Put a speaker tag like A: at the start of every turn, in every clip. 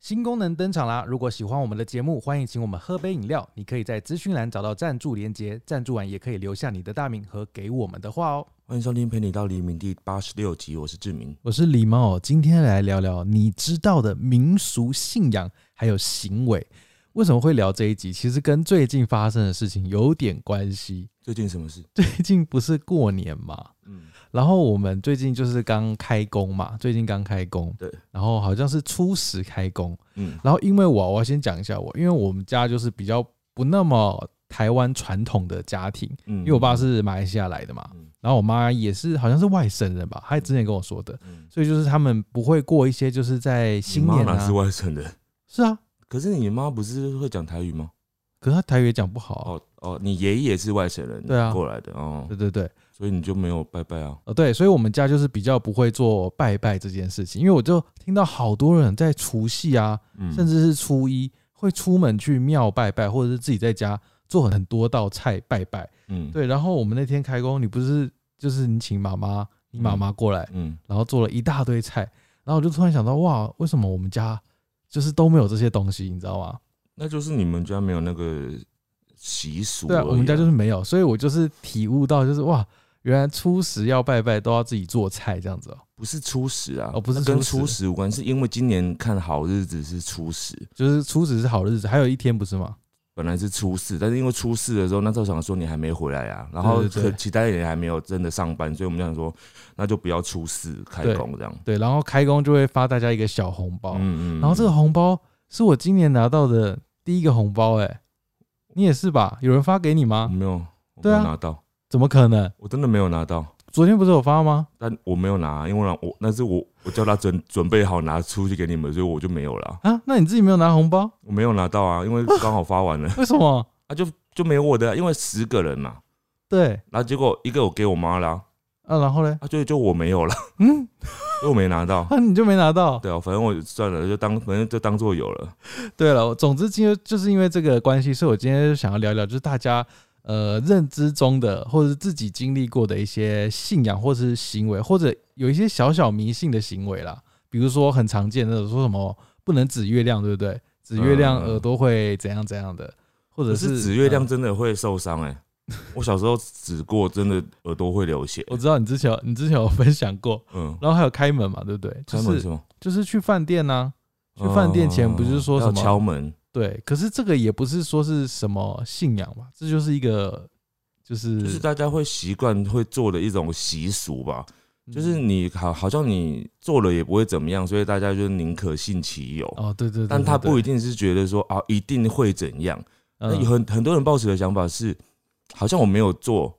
A: 新功能登场啦！如果喜欢我们的节目，欢迎请我们喝杯饮料。你可以在资讯栏找到赞助连结，赞助完也可以留下你的大名和给我们的话哦。
B: 欢迎收听《陪你到黎明》第八十六集，我是志明。
A: 我是狸猫，今天来聊聊你知道的民俗信仰还有行为。为什么会聊这一集？其实跟最近发生的事情有点关系。
B: 最近什么事？
A: 最近不是过年嘛，
B: 嗯，
A: 然后我们最近就是刚开工嘛，最近刚开工，
B: 对，
A: 然后好像是初十开工，
B: 嗯，
A: 然后因为我我要先讲一下我，因为我们家就是比较不那么台湾传统的家庭，
B: 嗯，
A: 因为我爸是马来西亚来的嘛，
B: 嗯，
A: 然后我妈也是好像是外省人吧，她之前跟我说的，
B: 嗯，
A: 所以就是他们不会过一些就是在新年
B: 你妈哪
A: 啊
B: 是，外省人？
A: 是啊，
B: 可是你妈不是会讲台语吗？
A: 可是她台语也讲不好啊、
B: 哦哦，你爷爷是外省人，
A: 对啊
B: 过来的哦
A: 对，对对，
B: 所以你就没有拜拜啊？
A: 呃对，所以我们家就是比较不会做拜拜这件事情，因为我就听到好多人在除夕啊，
B: 嗯，
A: 甚至是初一会出门去庙拜拜，或者是自己在家做很多道菜拜拜。
B: 嗯，，
A: 对，然后我们那天开工，你不是就是你请妈妈，你妈妈过来，
B: 嗯，
A: 然后做了一大堆菜，然后我就突然想到，哇，为什么我们家就是都没有这些东西，你知道吗？
B: 那就是你们家没有那个习俗而已
A: 对
B: 啊、
A: 啊，我们家就是没有，所以我就是体悟到，就是哇，原来初十要拜拜都要自己做菜这样子哦、
B: 不是初十啊，
A: 哦不是
B: 那跟
A: 初十
B: 初十无关，是因为今年看好日子是初十，
A: 就是初十是好日子，还有一天不是吗？
B: 本来是初四，但是因为初四的时候，那时候想说你还没回来啊，然后
A: 对对对
B: 可其他人也还没有真的上班，所以我们想说那就不要初四开工这样。
A: 对，然后开工就会发大家一个小红包，
B: 嗯嗯
A: 然后这个
B: 嗯
A: 红包是我今年拿到的第一个红包、哎，你也是吧？有人发给你
B: 我
A: 吗？
B: 没有，我没
A: 对啊
B: 有拿到，
A: 怎么可能？
B: 我真的没有拿到，
A: 昨天不是有发吗？
B: 但我没有拿，因为我我那是我我叫他准准备好拿出去给你们，所以我就没有了，
A: 啊，那你自己没有拿红包，
B: 我没有拿到啊，因为刚好 发完了，
A: 为什么？
B: 啊就就没有我的，因为十个人嘛，
A: 对，
B: 然后结果一个我给我妈了，
A: 啊，然后嘞，
B: 啊就就我没有了，
A: 嗯，
B: 所以我没拿到。
A: 那、你就没拿到。
B: 对啊，反正我算了，就当反正就当做有了。
A: 对了，我总之今天就是因为这个关系，所以我今天就想要聊聊，就是大家呃认知中的，或者是自己经历过的一些信仰，或是行为，或者有一些小小迷信的行为啦，比如说很常见的说什么不能指月亮，对不对？指月亮
B: 嗯
A: 耳朵会怎样怎样的，或者
B: 可
A: 是
B: 是指月亮
A: 嗯
B: 真的会受伤哎、我小时候指过，真的耳朵会流血。
A: 我知道你之前有你之前有分享过，
B: 嗯，
A: 然后还有开门嘛，对不对？就
B: 开门
A: 是
B: 是吗？
A: 就是去饭店呐、
B: 嗯
A: 去饭店前不是说什
B: 要
A: 么
B: 敲门？
A: 对，可是这个也不是说是什么信仰嘛，这就是一个就是
B: 就是大家会习惯会做的一种习俗吧。就是
A: 嗯
B: 你好，好像你做了也不会怎么样，所以大家就宁可信其有。
A: 哦，对对对，
B: 但他不一
A: 一
B: 定是觉得说啊，一定会怎样。那有
A: 嗯
B: 很很多人抱持的想法是，好像我没有做，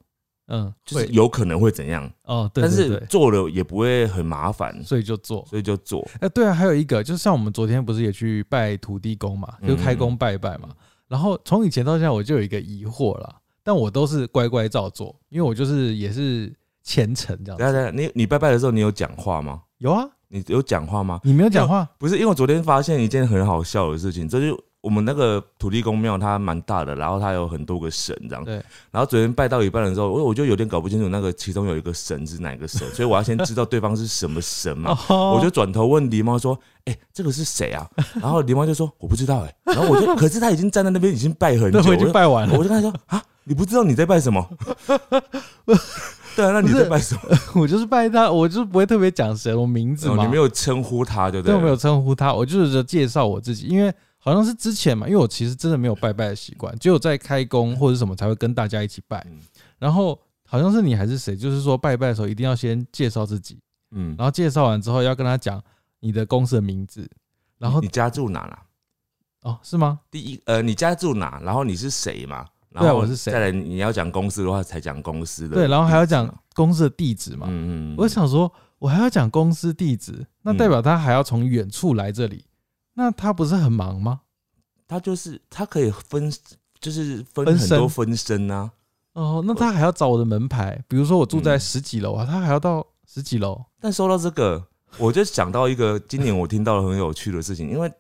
A: 嗯，
B: 就是
A: 会
B: 有可能会怎样，
A: 哦，对
B: 但
A: 对
B: 是
A: 对，
B: 做了也不会很麻烦，
A: 所以就做。
B: 所以就做。
A: 哎，对啊，还有一个就是像我们昨天不是也去拜土地公嘛，
B: 嗯
A: 就开工拜拜嘛。然后从以前到现在，我就有一个疑惑啦，但我都是乖乖照做，因为我就是也是虔诚这样
B: 大
A: 子。
B: 家，你你拜拜的时候，你有讲话吗？
A: 有啊，
B: 你有讲话吗？
A: 你没有讲话，
B: 不是，因为我昨天发现一件很好笑的事情，这就是我们那个土地公庙，它蛮大的，然后它有很多个神这样。
A: 对。
B: 然后昨天拜到一半的时候，我我就有点搞不清楚那个其中有一个神是哪个神，所以我要先知道对方是什么神嘛。
A: 哦
B: 我就转头问狸猫说：“哎、这个是谁啊？”然后狸猫就说：“我不知道哎、然后我就，可是他已经站在那边已经拜很
A: 对，
B: 久，
A: 我
B: 我
A: 已经
B: 就
A: 拜完了，
B: 我就跟他说：“啊，你不知道你在拜什么？” 对啊，那你
A: 不是
B: 在拜什么？
A: 我就是拜他，我就是不会特别讲什么名字
B: 哦
A: 嘛，
B: 你没有称呼他，对不
A: 对
B: 对？
A: 我没有称呼他，我就是介绍我自己，因为好像是之前嘛，因为我其实真的没有拜拜的习惯，只有在开工或者什么才会跟大家一起拜
B: 嗯。
A: 然后好像是你还是谁，就是说拜拜的时候一定要先介绍自己，
B: 嗯，
A: 然后介绍完之后要跟他讲你的公司的名字，然后
B: 你家住哪啦？
A: 哦是吗？
B: 第一，呃，你家住哪？然后你是谁嘛？然
A: 对啊
B: 后
A: 我是谁
B: 再来，你要讲公司的话，才讲公司的地址嘛。嗯
A: 对，然后还要讲公司的地址嘛。
B: 嗯，嗯嗯，嗯
A: 我想说，我还要讲公司地址，那代表他还要从远处来这里，那他不是很忙吗？
B: 他就是他可以分，就是分
A: 分
B: 很多
A: 身
B: 分身啊。
A: 哦，那他还要找我的门牌，比如说我住在
B: 嗯
A: 十几楼啊，他还要到十几楼。
B: 但说到这个，我就想到一个今年我听到了很有趣的事情，因为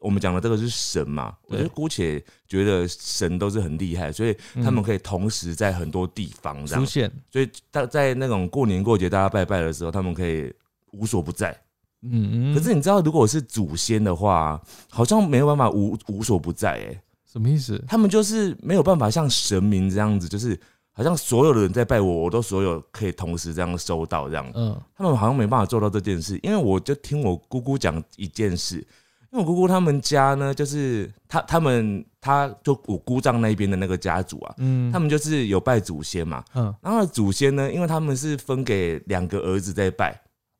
B: 我们讲的这个是神嘛，我
A: 对
B: 就姑且觉得神都是很厉害，所以他
A: 嗯
B: 们可以同时在很多地方这
A: 出
B: 样，
A: 现，
B: 所以大在那种过年过节大家拜拜的时候，他们可以无所不在。
A: 嗯，
B: 可是你知道，如果我是祖先的话，啊好像没有办法无无所不在哎、
A: 什么意思？
B: 他们就是没有办法像神明这样子，就是好像所有的人在拜我，我都所有可以同时这样收到这样。
A: 嗯
B: 他们好像没办法做到这件事，因为我就听我姑姑讲一件事，因为我姑姑他们家呢，就是他他们他就我姑丈那边的那个家族啊，
A: 嗯，
B: 他们就是有拜祖先嘛，
A: 嗯
B: 然后祖先呢，因为他们是分给两个儿子在拜，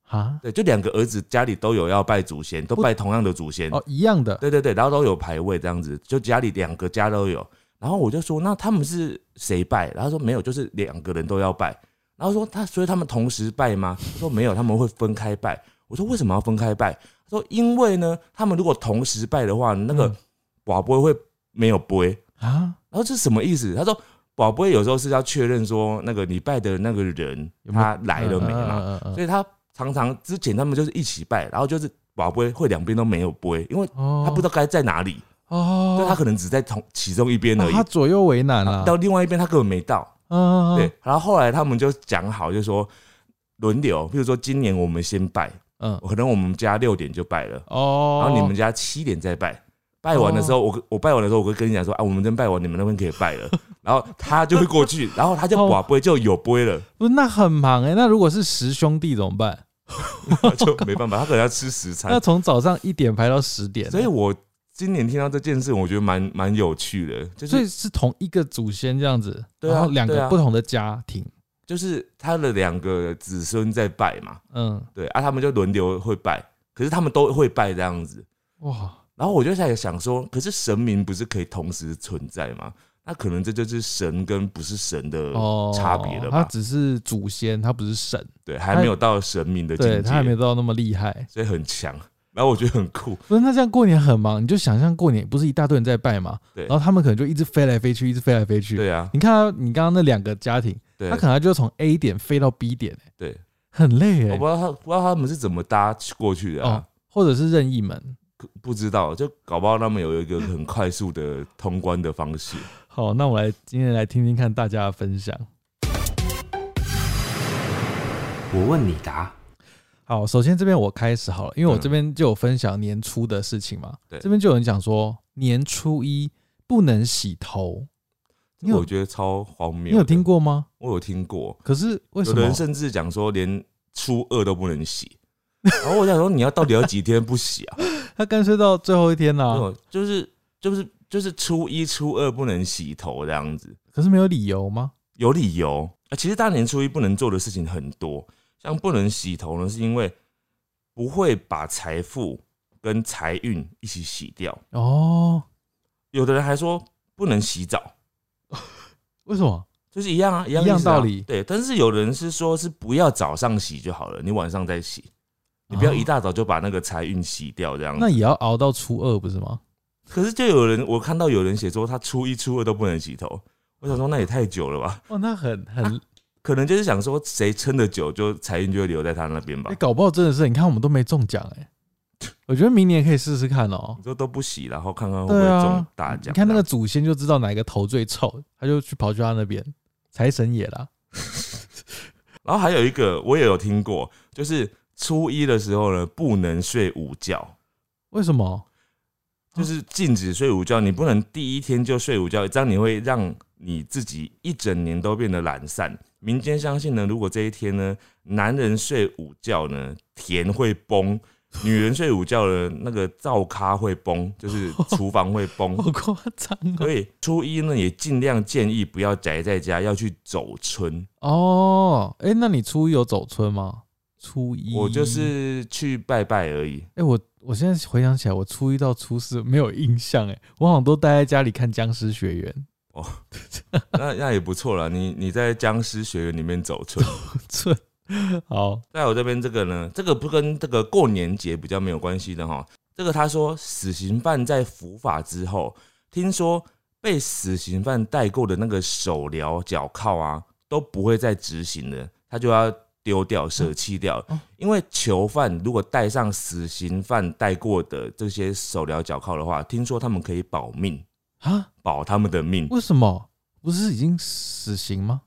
A: 啊
B: 对，就两个儿子家里都有要拜祖先，都
A: 不
B: 拜同样的祖先，
A: 哦一样的，
B: 对对对，然后都有牌位这样子，就家里两个家都有。然后我就说，那他们是谁拜？然后他说没有，就是两个人都要拜。然后说他，所以他们同时拜吗？他说没有，他们会分开拜。我说为什么要分开拜？他说因为呢，他们如果同时拜的话，那个
A: 嗯
B: 寡杯会没有杯。
A: 啊
B: 然后这是什么意思？他说寡杯有时候是要确认说那个你拜的那个人
A: 有没有
B: 他来了没
A: 嗯
B: 嘛？
A: 嗯嗯嗯
B: 所以他常常之前他们就是一起拜，然后就是寡杯会两边都没有杯，因为
A: 哦，
B: 他不知道该在哪里，
A: 哦，
B: 对他可能只在同其中一边而
A: 哦
B: 已，
A: 他左右为难了，
B: 到另外一边他根本没到。
A: 嗯，嗯
B: 对，，然后后来他们就讲好，就说轮流，比如说今年我们先拜，
A: 嗯嗯
B: 可能我们家六点就拜了，
A: 哦，
B: 然后你们家七点再拜。拜完的时候，我我拜完的时候，我会跟你讲说啊，我们真拜完，你们那边可以拜了。 然后他就会 过去，然后他就
A: 哦
B: 寡杯就有 杯了，
A: 不是那很忙哎，那如果是十兄弟怎么办？
B: 就没办法，他可能要吃十
A: 那
B: 餐。
A: 从早上一点排到十点，欸
B: 所以我今年听到这件事，我觉得蛮蛮有趣的，就
A: 所
B: 是
A: 以是同一个祖先这样子，
B: 对啊
A: 然后两
B: 对
A: 个
B: 啊
A: 不同的家庭，
B: 就是他的两个子孙在拜嘛，
A: 嗯，
B: 对啊，他们就轮流会拜，可是他们都会拜这样子。
A: 哇，
B: 然后我就在想说，可是神明不是可以同时存在吗？那可能这就是神跟不是神的
A: 哦，
B: 差别了吧？
A: 他只是祖先，他不是神，
B: 对，还没有到神明的境
A: 对他还没
B: 界，
A: 到那么厉害。
B: 所以很强。然后我觉得很 酷，
A: 不是，那这样过年很忙，你就想象过年不是一大堆人在拜嘛，
B: 对
A: 然后他们可能就一直飞来飞去，一直飞来飞去。
B: 对啊，
A: 你看到你刚刚那两个家庭，
B: 对
A: 他可能就从 A 点飞到 B 点、欸，
B: 对，
A: 很累
B: 我
A: 哎、
B: 不知道他不知道他们是怎么搭过去的、
A: 哦，
B: 啊
A: 或者是任意门。
B: 可不知道，就搞不好他们有一个很快速的通关的方式。
A: 好，那我来今天来听听看大家的分享。
C: 我问你答。
A: 好，首先这边我开始好了，因为我
B: 嗯
A: 这边就有分享年初的事情嘛。
B: 对
A: 这边就有人讲说年初一不能洗头，你有
B: 我觉得超荒谬。
A: 你有听？过吗？
B: 我有听过，
A: 可是为什
B: 有
A: 么？
B: 人甚至讲说连初二都不 能洗。然后我想说，你要到底要几天不洗啊？
A: 他干脆到最后一天啊啦、
B: 没有就是就是就是初一、初二不能洗头这样子，
A: 可是没有理由吗？
B: 有理由。啊其实大年初一不能做的事情很多，像不能洗头呢，是因为不会把财富跟财运一起洗掉。
A: 哦，
B: 有的人还说不能洗澡，
A: 为什么？
B: 就是一样啊，一样
A: 一样
B: 意思啊
A: 道理
B: 对，但是有人是说是不要早上洗就好了，你晚上再洗，你不要一
A: 哦
B: 大早就把那个财运洗掉这样子。
A: 那也要熬到初二不是吗？
B: 可是就有人，我看到有人写说他初一、初二都不能洗头，我想说那也太久了吧？
A: 哇，那很很，
B: 可能就是想说谁撑得久，就财运就会留在他那边吧
A: 欸。搞不好真的是，你看我们都没中奖哎、我觉得明年可以试试看哦
B: 你。说都不洗，然后看看会不
A: 对
B: 会
A: 啊
B: 中大，
A: 你
B: 奖。
A: 看那个祖先就知道哪个头最臭，他就去跑去他那边，财神爷啦。
B: 然后还有一个我也有听过，就是初一的时候呢，不能睡午觉，
A: 为什么？哦
B: 就是禁止睡午觉，你不能第一天就睡午觉，这样你会让你自己一整年都变得懒散。民间相信呢，如果这一天呢，男人睡午觉呢，田会崩；女人睡午觉呢，那个灶咖会崩，就是厨房会 崩。
A: 好夸张
B: 所以初一呢，也尽量建议不要宅在家，要去走村。
A: 哦！哦，哎、那你初一有走村吗？初一
B: 我就是去拜拜而已。
A: 哎、我我现在回想起来，我初一到初四没有印象，哎，我好像都待在家里看《僵尸学院》
B: 那那也不错了。你你在僵尸学院里面走 村，
A: 村。好，
B: 在我这边这个呢，这个不跟这个过年节比较没有关系的哈。这个他说，死刑犯在伏法之后，听说被死刑犯代购的那个手镣、脚铐啊，都不会再执行了，他就要丢掉、舍弃掉
A: 哦。
B: 因为囚犯如果带上死刑犯带过的这些手镣、脚铐的话，听说他们可以保命，
A: 啊，
B: 保他们的命。
A: 为什么？不是已经死刑吗？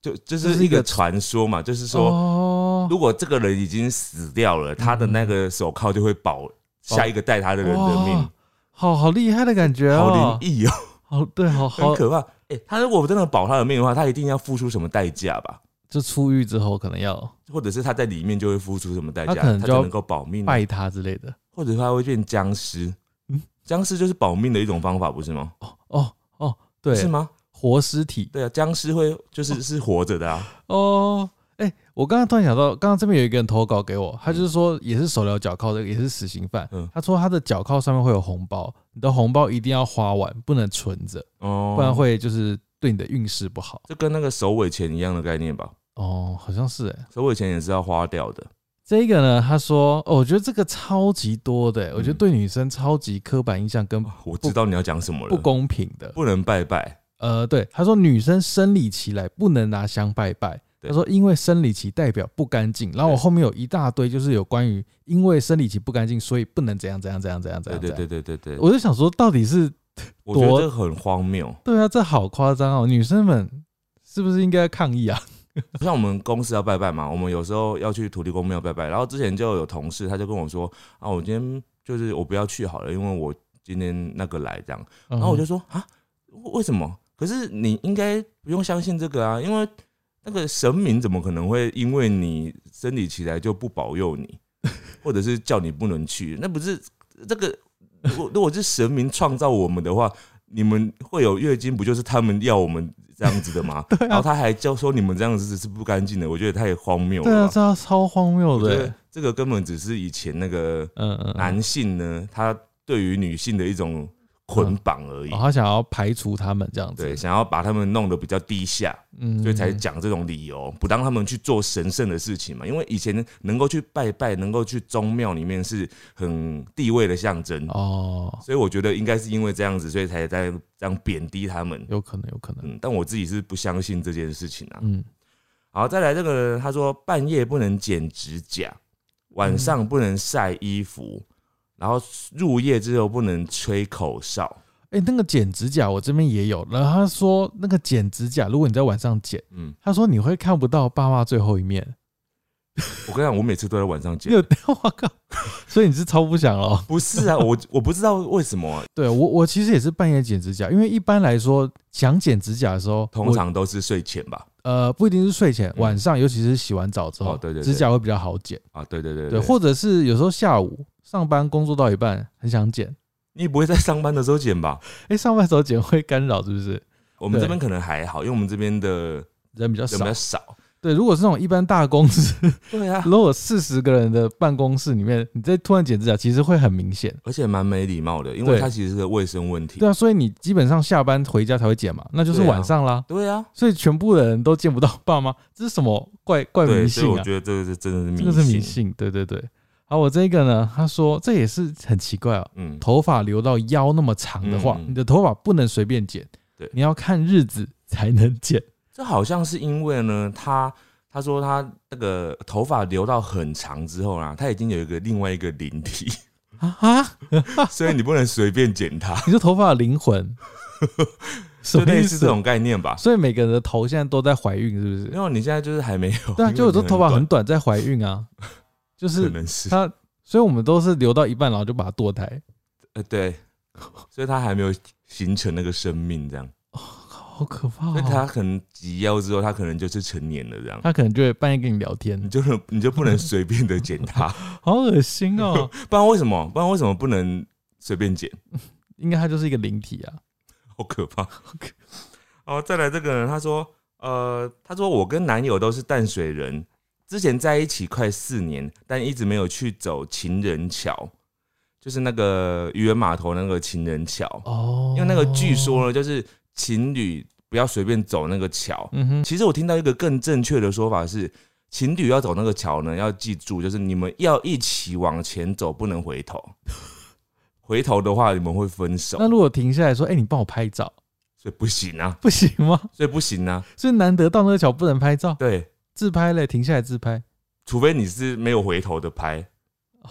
B: 就这
A: 这是
B: 是
A: 一
B: 一个
A: 个
B: 传说嘛，就是说
A: 哦，哦
B: 如果这个人已经死掉了，他的那个手铐就会保下一个带他的人的命
A: 哇，好好厉害的感觉
B: 好
A: 哦，
B: 灵异哦，
A: 好对，好
B: 很
A: 好，
B: 可怕。哎、他如果真的保他的命的话，他一定要付出什么代价吧？
A: 就出狱之后可能要
B: 或者是他在里面就会付出什么代价，
A: 他可能
B: 才
A: 就要
B: 能够保命啊、
A: 拜他之类的。
B: 或者他会变僵尸
A: 嗯。
B: 僵尸就是保命的一种方法，不是吗？
A: 哦哦哦，对，
B: 是吗？
A: 活尸体
B: 对啊，僵尸会就是是活着的啊。
A: 哦。哎、我刚刚突然想到，刚刚这边有一个人投稿给我，他就是说也是手疗脚铐的，也是死刑犯。
B: 嗯
A: 他说他的脚铐上面会有红包，你的红包一定要花完，不能存着，
B: 哦，
A: 不然会就是对你的运势不好。
B: 这跟那个首尾钱一样的概念吧？
A: 哦，好像是哎、
B: 首尾钱也是要花掉的。
A: 这个呢，他说，哦，我觉得这个超级多的、哎我觉得
B: 嗯
A: 对女生超级刻板印象跟
B: 我知道你要讲什么了，
A: 不公平的。
B: 不能拜拜。
A: 呃，对，他说女生生理期来不能拿香拜拜。
B: 对
A: 他说因为生理期代表不干净，然后我
B: 对
A: 后面有一大堆就是有关于因为生理期不干净，所以不能怎样怎样怎样怎样怎
B: 对
A: 样。
B: 对对对对对，
A: 我就想说，到底是
B: 我觉得
A: 多
B: 这很荒谬。
A: 对啊，这好夸张哦，女生们是不是应该抗议啊？
B: 像我们公司要拜拜嘛，我们有时候要去土地公庙拜拜。然后之前就有同事他就跟我说啊，我今天就是我不要去好了，因为我今天那个来这样。
A: 然
B: 然后我就说啊，为什么？可是你应该不用相信这个啊，因为那个神明怎么可能会因为你生理起来就不保佑你， 或者是叫你不能去？那不是这个，如果如果是神明创造我们的话，你们会有月经，不就是他们要我们这样子 的吗？
A: 啊
B: 然后他还教说你们这样子是不干净的，我觉得太荒谬
A: 对啊，
B: 了吧。
A: 这样超荒谬
B: 我觉
A: 的
B: 得
A: 欸。
B: 这个根本只是以前那个
A: 嗯嗯，嗯
B: 男性呢，他对于女性的一种捆绑而已
A: 哦，。他想要排除他们这样子。
B: 对，想要把他们弄得比较低下，
A: 嗯，
B: 所以才讲这种理由，不让他们去做神圣的事情嘛。因为以前能够去拜拜，能够去宗庙里面是很地位的象征，
A: 哦，
B: 所以我觉得应该是因为这样子，所以才在这样贬低他们。
A: 有可能，有可能。
B: 嗯，但我自己是不相信这件事情啊。
A: 嗯，
B: 好，再来这个人，他说半夜不能剪指甲，晚上不能晒衣服，然后入夜之后不能吹口哨。
A: 哎、那个剪指甲我这边也有，然后他说那个剪指甲，如果你在晚上剪，
B: 嗯，
A: 他说你会看不到爸妈最后一面。
B: 我跟你讲，我每次都在晚上
A: 你
B: 剪。
A: 有， 我靠，所以你是超不想了。
B: 不是啊，我我不知道为什么啊、
A: 对我，我其实也是半夜剪指甲，因为一般来说想剪指甲的时候，
B: 通
A: 我
B: 常都是睡前吧？
A: 呃不一定是睡前，
B: 嗯
A: 晚上尤其是洗完澡之后，
B: 哦对对对
A: 指甲会比较好剪。
B: 啊，对对对
A: 对，或者是有时候下午上班工作到一半很想 剪，
B: 你不会在上班的时候剪吧？
A: 哎、上班时候剪会干扰是不是？
B: 我们
A: 对
B: 这边可能还好，因为我们这边的人
A: 人比较
B: 比
A: 少
B: 较。少。
A: 对，如果是那种一般大公 司，
B: 对啊，
A: 如果四十个人的办公室里面，你再突然剪指甲，其实会很明显。
B: 而且蛮没礼貌的，因
A: 对
B: 为它其实是个卫生问题
A: 对。啊，所以你基本上下班回家才会剪嘛，那就是
B: 对啊
A: 晚上啦。
B: 对啊，
A: 所以全部的人都见不到爸妈，这是什么怪怪迷
B: 对，所以
A: 信
B: 我
A: 啊？
B: 觉得这个是真的是迷
A: 这
B: 信。
A: 个是迷信，对对对。好，我这个呢，他说这也是很奇怪哦，
B: 嗯，
A: 头发留到腰那么长的话，
B: 嗯
A: 你的头发不能随便剪，
B: 对
A: 你要看日子才能剪。
B: 这好像是因为呢，他他说他那个头发留到很长之后啊，他已经有一个另外一个灵体， 嗯
A: 啊啊！
B: 所以你不能随便剪它，
A: 你说头发的灵魂， 什 么
B: 就类
A: 意
B: 似
A: 思？
B: 这种概念吧。
A: 所以每个人的头现在都在怀孕，是不是？
B: 因为你现在就是还没有，
A: 对啊，
B: 因为
A: 就有时候
B: 你
A: 头发很
B: 短，
A: 短在怀孕啊，就
B: 可
A: 是
B: 能是
A: 他，所以我们都是留到一半，然后就把它堕胎，
B: 呃对，所以他还没有形成那个生命这样。
A: 好可怕、
B: 所以
A: 哦。
B: 他可能急腰之后，他可能就是成年了这样，
A: 他可能就会半夜跟你聊
B: 你
A: 天，
B: 就能你就不能随便的剪它，
A: 好恶心 哦。
B: 不然为什么？不然为什么不能随便剪？
A: 应该他就是一个灵体啊。
B: 好可怕！哦，再来这个人，他说，呃，他说我跟男友都是淡水人，之前在一起快四年，但一直没有去走情人桥，就是那个渔人码头那个情人桥，
A: 哦
B: 因为那个据，说呢，就是情侣不要随便走那个桥，
A: 嗯哼，
B: 其实我听到一个更正确的说法是，情侣要走那个桥呢，要记住，就是你们要一起往前走，不能回头。回头的话，你们会分手，
A: 那如果停下来说，哎、你帮我拍照，
B: 所以不行啊，
A: 不行吗？
B: 所以不行啊。
A: 所以难得到那个桥不能拍照，
B: 对，
A: 自拍嘞，停下来自拍。
B: 除非你是没有回头的拍
A: 哦。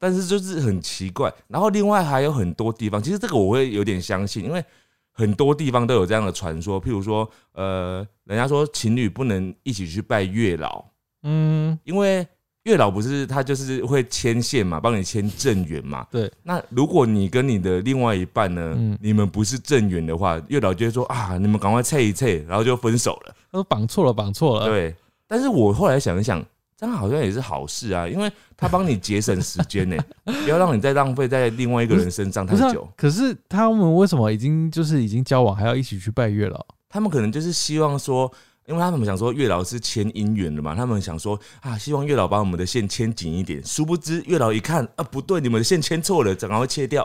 B: 但是就是很奇怪，然后另外还有很多地方，其实这个我会有点相信，因为很多地方都有这样的传说，譬如说，呃，人家说情侣不能一起去拜月老，
A: 嗯，
B: 因为月老不是他就是会牵线嘛，帮你牵正缘嘛。
A: 对。
B: 那如果你跟你的另外一半呢，
A: 嗯
B: 你们不是正缘的话，月老就会说啊，你们赶快测一测，然后就分手了。
A: 他说绑错了，绑错了。
B: 对。但是我后来想一想，这样好像也是好事啊，因为他帮你节省时 间呢、不要让你再浪费在另外一个人身上太
A: 不是啊
B: 久。，
A: 可是他们为什么已经就是已经交往，还要一起去拜月老？
B: 他们可能就是希望说，因为他们想说月老是牵姻缘的嘛，他们想说啊，希望月老把我们的线牵紧一点。殊不知月老一看啊，不对，你们的线牵错了，赶快切掉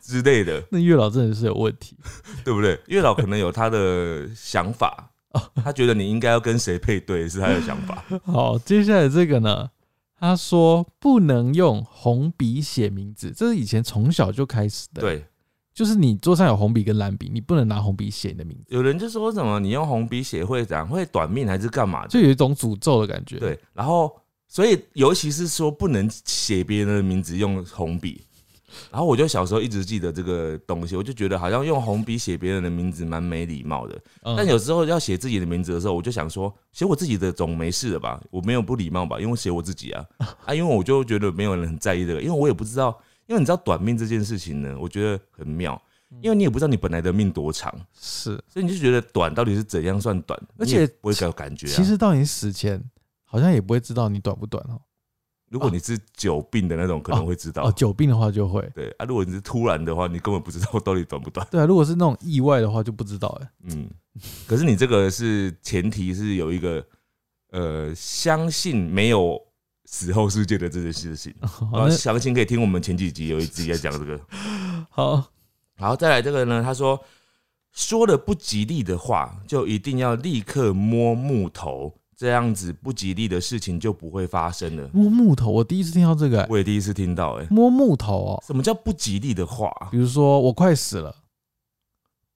B: 之类的，
A: 那月老真的是有问题。
B: 对不对？月老可能有他的 想法，他觉得你应该要跟谁配对是他的想法。
A: 好，接下来这个呢，他说不能用红笔写名字，这是以前从小就开始的。，
B: 对，
A: 就是你桌上有红笔跟蓝笔，你不能拿红笔写你的名字，
B: 有人就说什么你用红笔写会怎样，会短命还是干嘛的？
A: 就有一种诅咒的感觉。，
B: 嗯对，然后所以尤其是说不能写别人的名字用红笔，然后我就小时候一直记得这个东西，我就觉得好像用红笔写别人的名字蛮没礼貌的。
A: 嗯
B: 但有时候要写自己的名字的时候，我就想说写我自己的总没事了吧，我没有不礼貌吧，因为我写我自己啊啊，因为我就觉得没有人很在意这个，因为我也不知道，因为你知道短命这件事情呢，我觉得很妙。因为你也不知道你本来的命多长，
A: 是，
B: 所以你就觉得短到底是怎样算短，
A: 而
B: 你也
A: 且
B: 不会有感觉、啊。
A: 其实到你死前好像也不会知道你短不短哦。
B: 如果你是久病的那种，可能会知道。
A: 哦，久病的话就会。
B: 对啊，如果你是突然的话，你根本不知道到底短不短。
A: 对啊，如果是那种意外的话就不知道哎、
B: 嗯，可是你这个是前提是有一个呃，相信没有死后世界的这件事情。
A: 好，
B: 啊，
A: 那
B: 相信可以听我们前几集有一集在讲这个。
A: 好，
B: 好，再来这个呢，他说说了不吉利的话，就一定要立刻摸木头，这样子不吉利的事情就不会发生了。
A: 摸木头，我第一次听到这个、欸，
B: 我也第一次听到、欸，哎，
A: 摸木头哦，
B: 什么叫不吉利的话啊？
A: 比如说我快死了，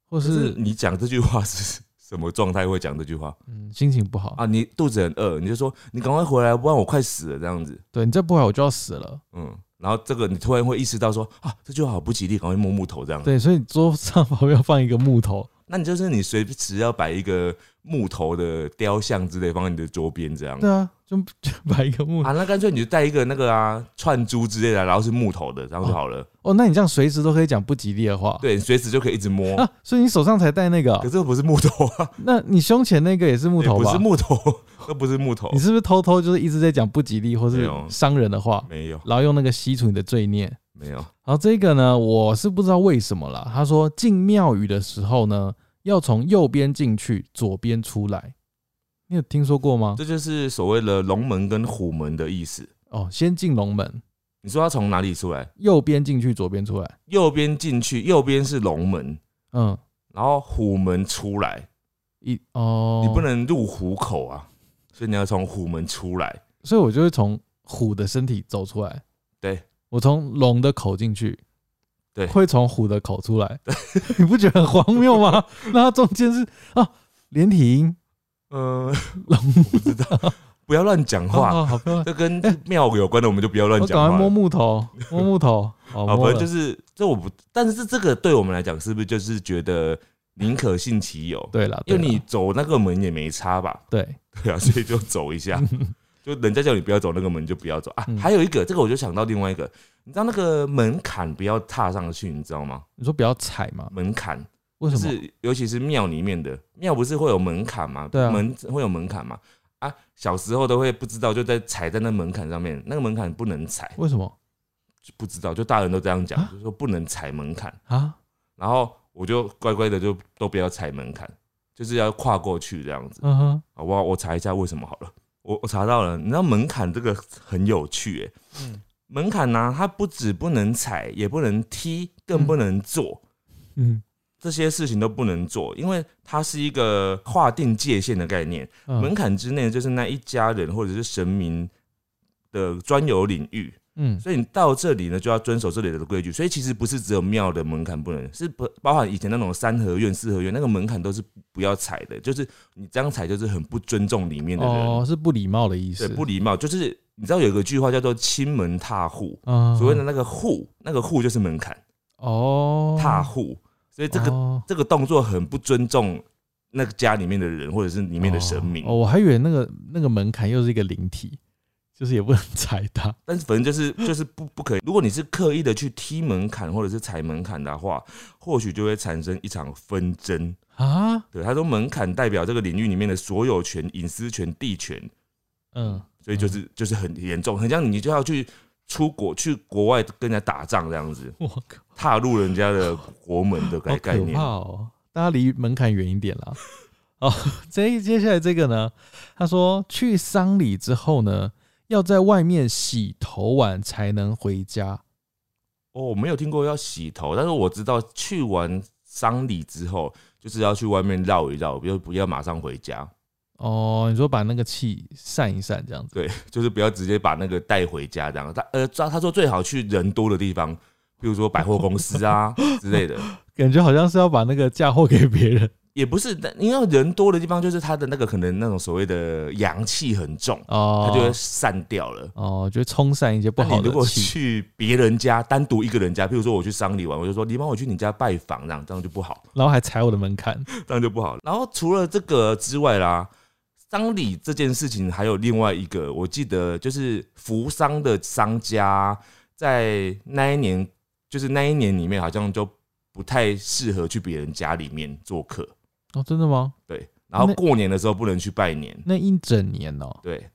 A: 或
B: 可是
A: 是
B: 你讲这句话是什么状态会讲这句话
A: 嗯心情不好，
B: 啊？你肚子很饿，你就说你赶快回来，不然我快死了这样子。
A: 对你再不来我就要死了。
B: 嗯，然后这个你突然会意识到说啊，这句话好不吉利，赶快摸木头这样。
A: 对，所以桌上 旁边要放一个木头，
B: 那你就是你随时要摆一个木头的雕像之类放在你的桌边这样。
A: 对啊，就 就摆一个木头。
B: 嗯啊，那干脆你就带一个那个啊串珠之类的，然后是木头的，这样就好了。
A: 哦，那你这样随时都可以讲不吉利的话。
B: 对，你随时就可以一直摸。
A: 啊，所以你手上才戴那个哦、
B: 可是这不是木头啊，
A: 那你胸前那个也是 木头
B: 也
A: 吧？
B: 不是木头， 那不是木头
A: 你，是不是偷偷就是一直在讲不吉利或
B: 没
A: 是
B: 有
A: 伤人的话，
B: 没有
A: 然后用那个吸除你的罪孽？
B: 没有。
A: 然后这个呢，我是不知道为什么啦。他说进庙宇的时候呢，要从右边进去，左边出来。你有听说过吗？
B: 这就是所谓的龙门跟虎门的意思。
A: 哦，先进龙门，
B: 你说它从哪里出来？
A: 右边进去，左边出来。
B: 右边进去，右边是龙门，
A: 嗯，
B: 然后虎门出来，
A: 一哦，
B: 你不，能入虎口啊，所以你要从虎门出来。
A: 所以我就会从虎的身体走出来。
B: 对，
A: 我从龙的口进去，
B: 对
A: 会从虎的口出来。 你不觉得很荒谬 吗？那它中间是啊，连体婴，
B: 嗯、
A: 呃龙，
B: 不知道，不要乱讲
A: 好
B: 话。
A: 啊好好漂亮。
B: 这跟庙有关的，我们就不要 乱
A: 我赶
B: 讲
A: 快摸
B: 话。
A: 木头，摸木 头，好，
B: 啊，
A: 摸
B: 反
A: 了
B: 正就是这我不，但是这个对我们来讲，是不是就是觉得宁可信其有？
A: 对了，
B: 因为
A: 对啦啊
B: 你走那个门也没差吧？
A: 对，
B: 对啊，所以就走 一下，就人家叫你不要走那个门你就不要走啊
A: 嗯。
B: 还有一个，这个我就想到另外一个，你知道那个门槛不要踏上去，你知道吗？
A: 你说不要踩嘛？
B: 门槛
A: 为
B: 就
A: 什么？
B: 是尤其是庙里面的庙不是会有门槛吗？
A: 对啊
B: 门会有门槛吗？啊，小时候都会不知道，就在踩在那门槛上面，那个门槛不能踩，
A: 为什么
B: 就不知道，就大人都这样讲
A: 啊，
B: 就说不能踩门槛，
A: 啊？
B: 然后我就乖乖的就都不要踩门槛，就是要跨过去这样子。
A: 嗯哼，
B: 好不好？我查一下为什么好了。我我查到了，你知道门槛这个很有趣诶、
A: 嗯
B: 门槛呢、它不止不能踩，也不能踢，更不能做，
A: 嗯
B: 这些事情都不能做，因为它是一个划定界限的概念。
A: 嗯
B: 门槛之内就是那一家人或者是神明的专有领域，
A: 嗯
B: 所以你到这里呢就要遵守这里的规矩。所以其实不是只有庙的门槛不能，是不包含以前那种三合院、四合院那个门槛都是不要踩的，就是你这样踩就是很不尊重里面的人。
A: 哦，是不礼貌的意
B: 对，
A: 思。
B: 不礼貌，就是你知道有一个句话叫做“亲门踏户”，
A: 啊
B: 所谓的那个户，那个户就是门槛，
A: 哦
B: 踏户，所以这个
A: 哦
B: 这个动作很不尊重那个家里面的人，或者是里面的神明。
A: 哦，我还以为那个那个门槛又是一个灵体，就是也不能踩它。
B: 但是反正就是
A: 嗯
B: 就是不不可以。如果你是刻意的去踢门槛或者是踩门槛的话，或许就会产生一场纷争。
A: 啊，
B: 对，他说门槛代表这个领域里面的所有权、隐私权、地权，
A: 嗯，
B: 所以就是就是很严重，很像你就要去出国去国外跟人家打仗这样子，
A: 我靠，
B: 踏入人家的国门的概
A: 好
B: 概
A: 可
B: 念
A: 怕。哦！大家离门槛远一点啦。 哦，接接下来这个呢，他说去丧礼之后呢，要在外面洗头碗才能回家。
B: 哦，我没有听过要洗头，但是我知道去完丧礼之后，就是要去外面绕一绕，不要不要马上回家，
A: 哦，你说把那个气散一散，这样子。
B: 对，就是不要直接把那个带回家这样。他呃，他他说最好去人多的地方，比如说百货公司 啊之类的。
A: 感觉好像是要把那个嫁祸给别 人
B: 也不是，但因为人多的地方，就是它的那个可能那种所谓的阳气很重，它
A: 哦，
B: 就会散掉了。
A: 哦，就冲散一些不
B: 那
A: 好
B: 你
A: 的
B: 如果
A: 气。
B: 去别人家单独一个人家，譬如说我去丧礼完，我就说你帮我去你家拜访，这样这样就不好，
A: 然后还踩我的门槛，
B: 这样就不好。然后除了这个之外啦，丧礼这件事情还有另外一个，我记得就是扶丧的商家在那一年，就是那一年里面好像就不太适合去别人家里面做客，
A: 哦，真的吗？
B: 对。然后
A: 那
B: 过年的时候不能去拜年，
A: 那一整年哦，
B: 对。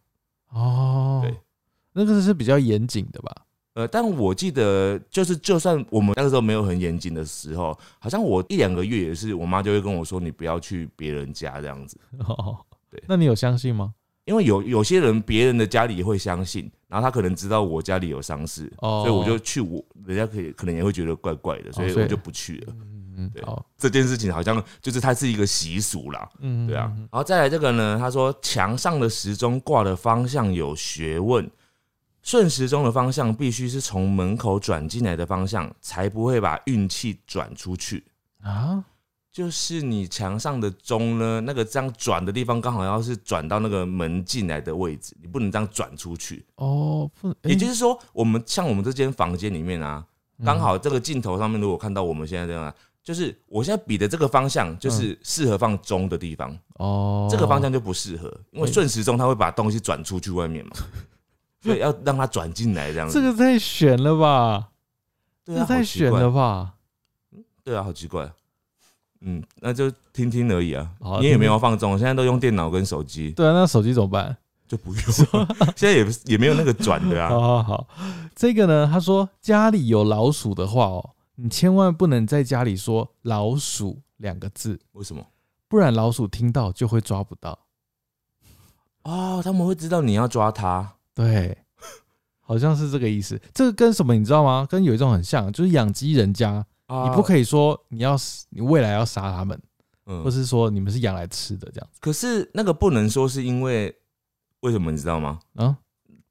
A: 哦，
B: 对，
A: 那个是比较严谨的吧？
B: 呃，但我记得就是，就算我们那个时候没有很严谨的时候，好像我一两个月也是，我妈就会跟我说，你不要去别人家这样子，
A: 哦，
B: 对
A: 那你有相信吗？
B: 因为有有些人别人的家里也会相信，然后他可能知道我家里有丧事，
A: 哦，
B: 所以我就去我人家可以可能也会觉得怪怪的，所以
A: 所以
B: 我就不去了。
A: 嗯，
B: 对
A: 好，
B: 这件事情好像就是它是一个习俗啦，
A: 嗯，
B: 对啊
A: 嗯，嗯
B: 然后再来这个呢，他说墙上的时钟挂的方向有学问，顺时钟的方向必须是从门口转进来的方向，才不会把运气转出去。
A: 嗯啊，
B: 就是你墙上的钟呢，那个这样转的地方刚好要是转到那个门进来的位置，你不能这样转出去。
A: 哦，不，
B: 也就是是说，我们像我们这间房间里面啊，
A: 嗯
B: 刚好这个镜头上面如果看到我们现在这样啊，就是我现在比的这个方向，就是适合放钟的地方。
A: 嗯哦，
B: 这个方向就不适合，因为
A: 对
B: 顺时钟它会把东西转出去外面 嘛，所以要让它转进来这样子。
A: 这个太悬了吧？
B: 对
A: 这
B: 啊，
A: 太
B: 好奇
A: 悬
B: 怪
A: 了，吧？
B: 对啊，好奇怪。嗯，那就听听而已啊
A: 好。
B: 你也没
A: 听
B: 有放纵，现在都用电脑跟手机，
A: 对啊，那手机怎么办？
B: 就不用。 现在也不是也没有那个转的
A: 好好
B: 啊。
A: 好，这个呢，他说家里有老鼠的话哦，你千万不能在家里说“老鼠”两个字，
B: 为什么？
A: 不然老鼠听到就会抓不到。
B: 哦，他们会知道你要抓它。
A: 对，好像是这个意思。这个跟什么你知道吗？跟有一种很像，就是养鸡人家，
B: 啊
A: 你不可以说你要死你未来要杀他们，
B: 嗯
A: 或是说你们是养来吃的这样子
B: 可是那个不能说是因为为什么你知道吗？
A: 啊，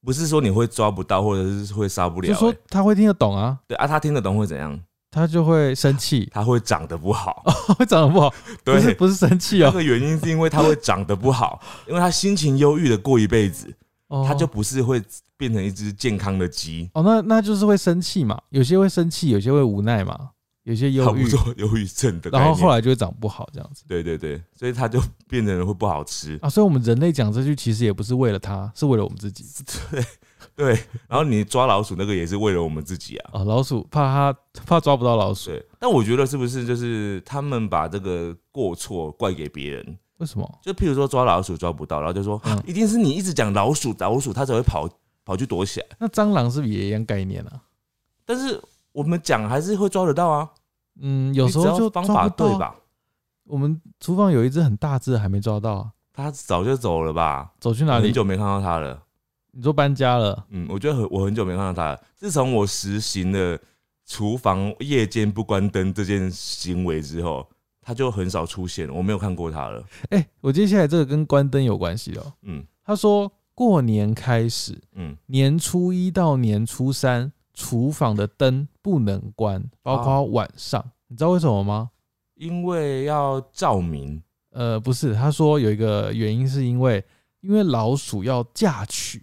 B: 不是说你会抓不到，或者是会杀不了、
A: 就说
B: 欸
A: 他会听得懂啊，
B: 对啊，他听得懂会怎样？
A: 他就会生气，
B: 他会长得不好。
A: 会长得不好，
B: 对，
A: 哦不是不是生气
B: 这
A: 哦，
B: 个原因是因为他会长得不好，因为他心情忧郁的过一辈子，
A: 哦
B: 他就不是会变成一只健康的鸡。
A: 哦，那那就是会生气嘛，有些会生气，有些会无奈嘛，有些忧
B: 差不
A: 郁，
B: 多忧郁症的概
A: 然
B: 念。
A: 后后来就会长不好这样子
B: 对对对，所以他就变成会不好吃。
A: 啊。所以我们人类讲这句其实也不是为了他，是为了我们自己
B: 对对，然后你抓老鼠那个也是为了我们自己啊。
A: 啊。老鼠怕他怕抓不到老鼠，
B: 对，但我觉得是不是就是他们把这个过错怪给别人？
A: 为什么？
B: 就譬如说抓老鼠抓不到，然后就说、
A: 嗯
B: 一定是你一直讲老鼠老鼠，它才会跑跑去躲起来。
A: 那蟑螂是不是也一样概念啊？
B: 但是我们讲还是会抓得到啊，
A: 嗯，有
B: 你
A: 时
B: 只要
A: 候就
B: 方
A: 抓
B: 法
A: 不到
B: 对
A: 啊
B: 吧？
A: 我们厨房有一只很大只的还没抓到啊，
B: 他早就走了吧？
A: 走去哪
B: 很
A: 里？
B: 久没看到他了。
A: 你说搬家了？
B: 嗯，我觉得很我很久没看到他了。自从我实行了厨房夜间不关灯这件行为之后，他就很少出现，我没有看过他了。
A: 哎、我接下来这个跟关灯有关系哦。
B: 嗯
A: 他说，过年开始，
B: 嗯，
A: 年初一到年初三，厨房的灯不能关，包括晚上。你知道为什么吗？
B: 因为要照明
A: 呃，不是，他说有一个原因是因为，因为老鼠要嫁娶，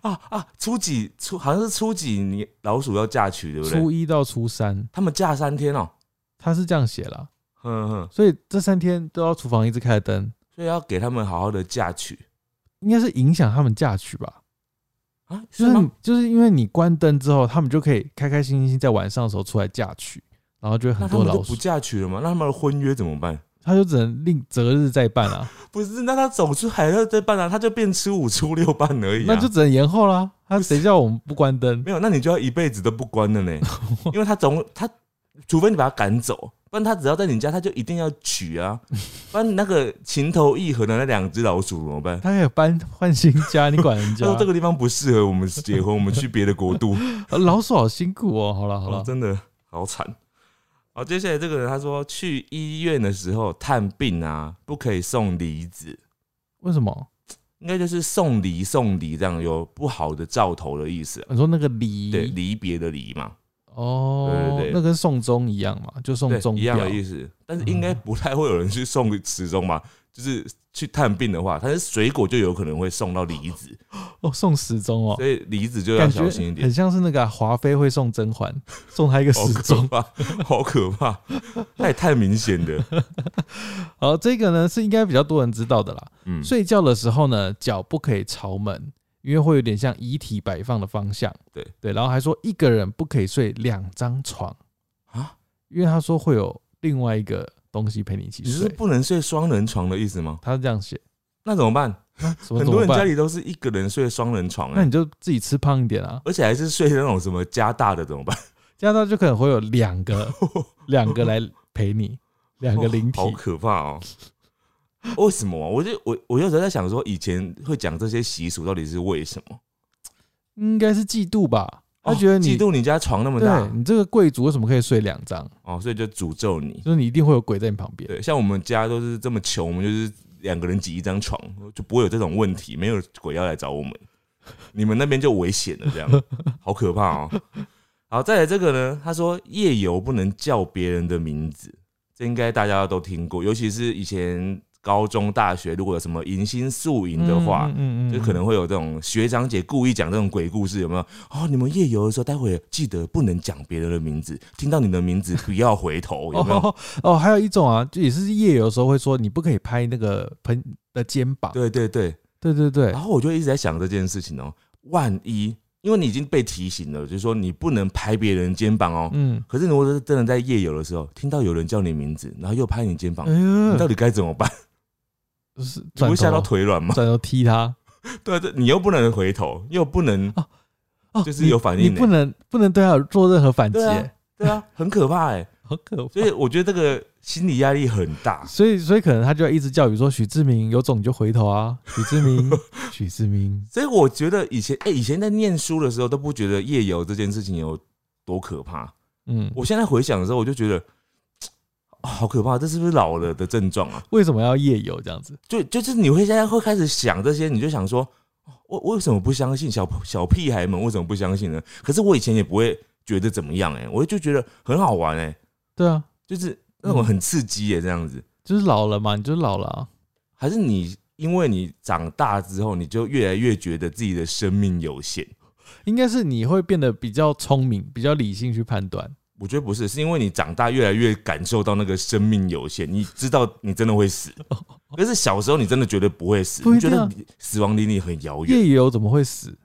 B: 啊啊，初几初好像是初几你老鼠要嫁娶对不对
A: 初？一到初三，
B: 他们嫁三天哦、
A: 他是这样写啦。
B: 哼哼，
A: 所以这三天都要厨房一直开着灯，
B: 所以要给他们好好的嫁娶
A: 应该是影响他们嫁娶吧？
B: 啊，
A: 就是是
B: 吗
A: 你就是因为你关灯之后，他们就可以开开心心在晚上的时候出来嫁娶，然后就会
B: 那
A: 很
B: 他
A: 多
B: 们就
A: 老
B: 不
A: 鼠，
B: 嫁娶了吗？那他们的婚约怎么办？
A: 他就只能另择日再办啊，
B: 不是，那他走出海要再办啊，他就变吃五初六办而已、啊。
A: 那就只能延后啦。他谁叫我们不关灯？
B: 没有，那你就要一辈子都不 关了呢，因为他总他，除非你把他赶走，不然他只要在你家，他就一定要娶啊，不然你那个情投意合的那两只老鼠怎么办？
A: 他可以搬换新家，你管人
B: 他
A: 家？
B: 说这个地方不适合我们结婚，我们去别的国度。
A: 呃老鼠好辛苦哦。 好了好
B: 哦
A: 了，
B: 真的好惨。好，接下来这个人他说去医院的时候探病啊，不可以送梨子，
A: 为什么？
B: 应该就是送梨送梨这样有不好的兆头的意思啊、
A: 你说那个梨
B: 对，离别的离嘛，
A: 哦，
B: 对对对
A: 那跟送终一样嘛，就送
B: 对
A: 终
B: 一样
A: 表
B: 的意思，但是应该不太会有人去送时钟吧？就是去探病的话，但是水果就有可能会送到梨子，
A: 哦，送时钟哦
B: 所，以梨子就要
A: 感觉
B: 小心一点
A: 很。像是那个啊华妃会送甄嬛， 送她一个
B: 好
A: 时
B: 可
A: 钟。
B: 怕，好可怕，那也太明显了。
A: 好，这个呢是应该比较多人知道的啦。
B: 嗯，
A: 睡觉的时候呢，脚不可以朝门，因为会有点像遗体摆放的方向。
B: 对
A: 对，然后还说一个人不可以睡两张床
B: 啊，
A: 因为他说会有另外一个东西陪你一起
B: 你是
A: 睡。
B: 不能睡双人床的意思吗？
A: 他是这样写，
B: 那怎么办？
A: 啊、什么
B: 很
A: 怎
B: 多
A: 么
B: 人家
A: 办？
B: 里都是一个人睡双人床、
A: 那
B: 欸
A: 你，就自己吃胖一点啊，
B: 而且还是睡那种什么加大的，怎么办？
A: 这样他就可能会有两 个两个来陪你，两个灵体。
B: 好可怕哦！为什么啊、我就我我有时候在想说，以前会讲这些习俗到底是为什么？
A: 应该是嫉妒吧？他
B: 哦
A: 觉得你、
B: 嫉妒你家床那么大
A: 对你这个贵族为什么可以睡两张？
B: 哦，所以就诅咒你。
A: 就是你一定会有鬼在你旁边。
B: 对，像我们家都是这么穷，我们就是两个人挤一张床，就不会有这种问题，没有鬼要来找我们。你们那边就危险了，这样好可怕哦。好，再来这个呢，他说夜游不能叫别人的名字，这应该大家都听过，尤其是以前高中、大学，如果有什么迎新宿营的话，
A: 嗯
B: 就可能会有这种学长姐故意讲这种鬼故事，有没有？哦，你们夜游的时候，待会记得不能讲别人的名字，听到你的名字不要回头，有没有？
A: 哦哦，还有一种啊，就也是夜游的时候会说你不可以拍那个朋的肩膀。
B: 对对对，
A: 对对对
B: 然后我就一直在想这件事情哦，万一因为你已经被提醒了，就是说你不能拍别人肩膀哦。
A: 嗯，
B: 可是如果是真的在夜游的时候，听到有人叫你名字，然后又拍你肩膀，你
A: 哎
B: 到
A: 呦，
B: 底该怎么办？
A: 就是
B: 你
A: 转
B: 会
A: 头啊
B: 吓到腿 软吗？
A: 转头踢他。
B: 对啊，这你又不能回头，又 不能，
A: 哦，
B: 就是有反应
A: 你，你
B: 呢
A: 不能不能对他有做任何反击
B: 对啊
A: 欸，
B: 对啊，很可怕哎、
A: 好可怕
B: 所。以我觉得这个心理压力很大。
A: 所以，所以可能他就要一直叫，比如说许志明，有种你就回头 啊，许志明，许志明，
B: 所以我觉得以前，哎、以前在念书的时候都不觉得夜游这件事情有多可怕，
A: 嗯，
B: 我现在回想的时候，我就觉得、啊好可怕，这是不是老了的症状啊？
A: 为什么要夜游这样子？
B: 就就是你会现在会开始想这些，你就想说，我我为什么不相信小小屁孩们为什么不相信呢？可是我以前也不会觉得怎么样哎、我就觉得很好玩哎、
A: 对啊，
B: 就是那种很刺激欸耶、这样子。
A: 就是老了嘛，你就老了啊。
B: 还是你因为你长大之后，你就越来越觉得自己的生命有限。
A: 应该是你会变得比较聪明、比较理性去判断。
B: 我觉得不是，是因为你长大越来越感受到那个生命有限，你知道你真的 会死。可是小时候你真的觉得不会死，
A: 不
B: 你
A: 一
B: 觉
A: 定
B: 得
A: 啊
B: 你死亡离你很遥远，
A: 夜游怎么会死？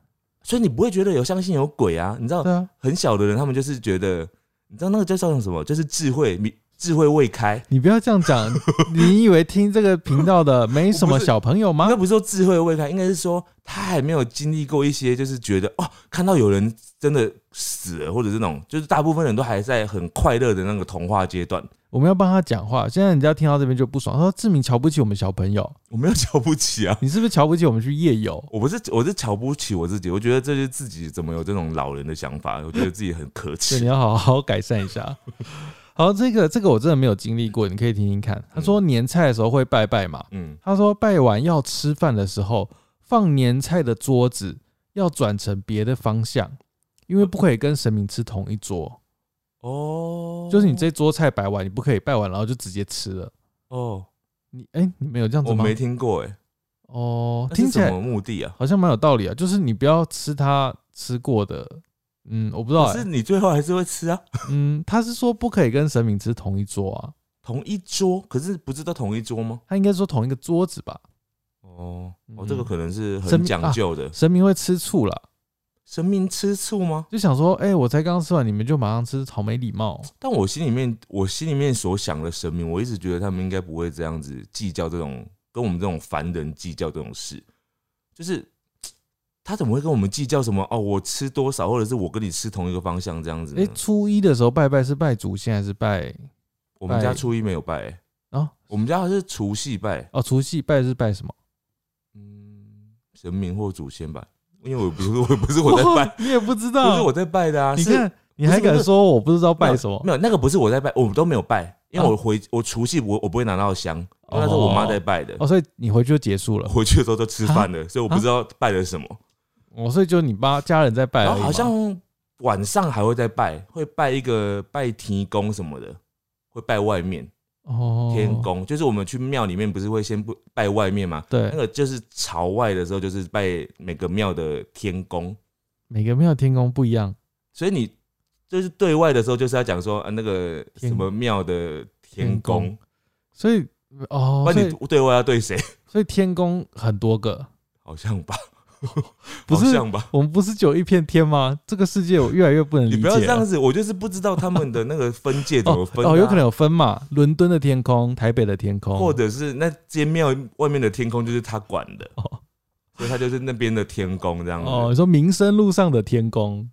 B: 所以你不会觉得有相信有鬼啊。 你知道
A: 对啊，
B: 很小的人，他们就是觉得，你知道那个叫做什么，就是智慧，你智慧未开。
A: 你不要这样 讲。你以为听这个频道的没什么小朋友吗
B: 应该？不是说智慧未开，应该是说他还没有经历过一些，就是觉得哦，看到有人真的死了，或者是那种，就是大部分人都还在很快乐的那个童话阶段。
A: 我们要帮他讲话。现在人家听到这边就不爽，他说：“志明瞧不起我们小朋友，
B: 我没有瞧不起啊，
A: 你是不是瞧不起我们去夜游
B: 我不是我是瞧不起我自己，我觉得这是自己怎么有这种老人的想法，我觉得自己很可？”
A: 对，你
B: 耻。
A: 要好好改善一 下。好，这个这个我真的没有经历过，你可以听听看。他说年菜的时候会拜拜嘛，
B: 嗯，
A: 他说拜完要吃饭的时候，放年菜的桌子要转成别的方向，因为不可以跟神明吃同一桌。
B: 哦
A: 就是你这桌菜摆完，你不可以拜完然后就直接吃了。
B: 哦，
A: 你哎、你们有这样子
B: 我
A: 吗？
B: 没听过哎，
A: 哦，
B: 那是
A: 听起
B: 什
A: 来
B: 么目的啊？
A: 好像蛮有道理啊。就是你不要吃他吃过的，嗯，我不知道、
B: 可
A: 欸
B: 是，你最后还是会吃啊，
A: 嗯，他是说不可以跟神明吃同一桌啊。
B: 同一桌，可是不是都同一桌吗？
A: 他应该说同一个桌子吧。
B: 哦，哦，
A: 嗯
B: 这个可能是
A: 生
B: 很
A: 命
B: 讲究的。
A: 神明会吃醋啦，
B: 神明吃醋吗？
A: 就想说，哎、我才刚吃完，你们就马上吃，好没礼貌。
B: 但我心里面，我心里面所想的神明，我一直觉得他们应该不会这样子计较这种跟我们这种凡人计较这种事。就是嘖他怎么会跟我们计较什么？哦，我吃多少，或者是我跟你吃同一个方向这样子呢？
A: 哎、初一的时候拜拜是拜祖先还是拜
B: 我们家
A: 拜
B: 初一没有拜、欸
A: 啊
B: 我们家是除夕拜，
A: 哦除夕拜是拜什么？
B: 嗯，神明或祖先拜，因为我不是我不 是我在拜，，
A: 你也不知
B: 不是
A: 道。
B: 我在拜的啊，
A: 你
B: 是
A: 看，你还敢说我不知道拜什么？
B: 没有，那个不是我在拜，我们都没有拜，因为
A: 啊
B: 我回我除夕我我不会拿到香，因为那是我妈在拜的。
A: 哦哦，所以啊你回去就结束了。
B: 回去的时候都吃饭了，所以我不知道拜了什么。
A: 哦，所以就你爸家人在拜而
B: 然
A: 已
B: 后
A: 嘛。
B: 好像晚上还会再拜，会拜一个拜天公什么的，会拜外面
A: 哦，
B: 天公，就是我们去庙里面不是会先不拜外面吗？
A: 对
B: 那，个就是朝外的时候，就是拜每个庙的天公，
A: 每个庙天宫不一样。
B: 所以你就是对外的时候，就是要讲说啊那个
A: 天
B: 什么庙的天
A: 天公
B: 公，
A: 所以哦
B: 不，
A: 所
B: 然
A: 以
B: 你对外要对谁？
A: 所以天宫很多个，
B: 好像吧，
A: 不
B: 好
A: 是
B: 像吧？
A: 我们不是只有一片天吗？这个世界我越来越不能理
B: 你
A: 解啊
B: 不要这样
A: 了。
B: 子，我就是不知道他们的那个分界怎么
A: 哦
B: 分、啊
A: 哦，有可能有分嘛，伦敦的天空，台北的天空，
B: 或者是那间庙外面的天空就是他管的，
A: 哦
B: 所以他就是那边的天公这样子。
A: 哦，你说民生路上的天宫，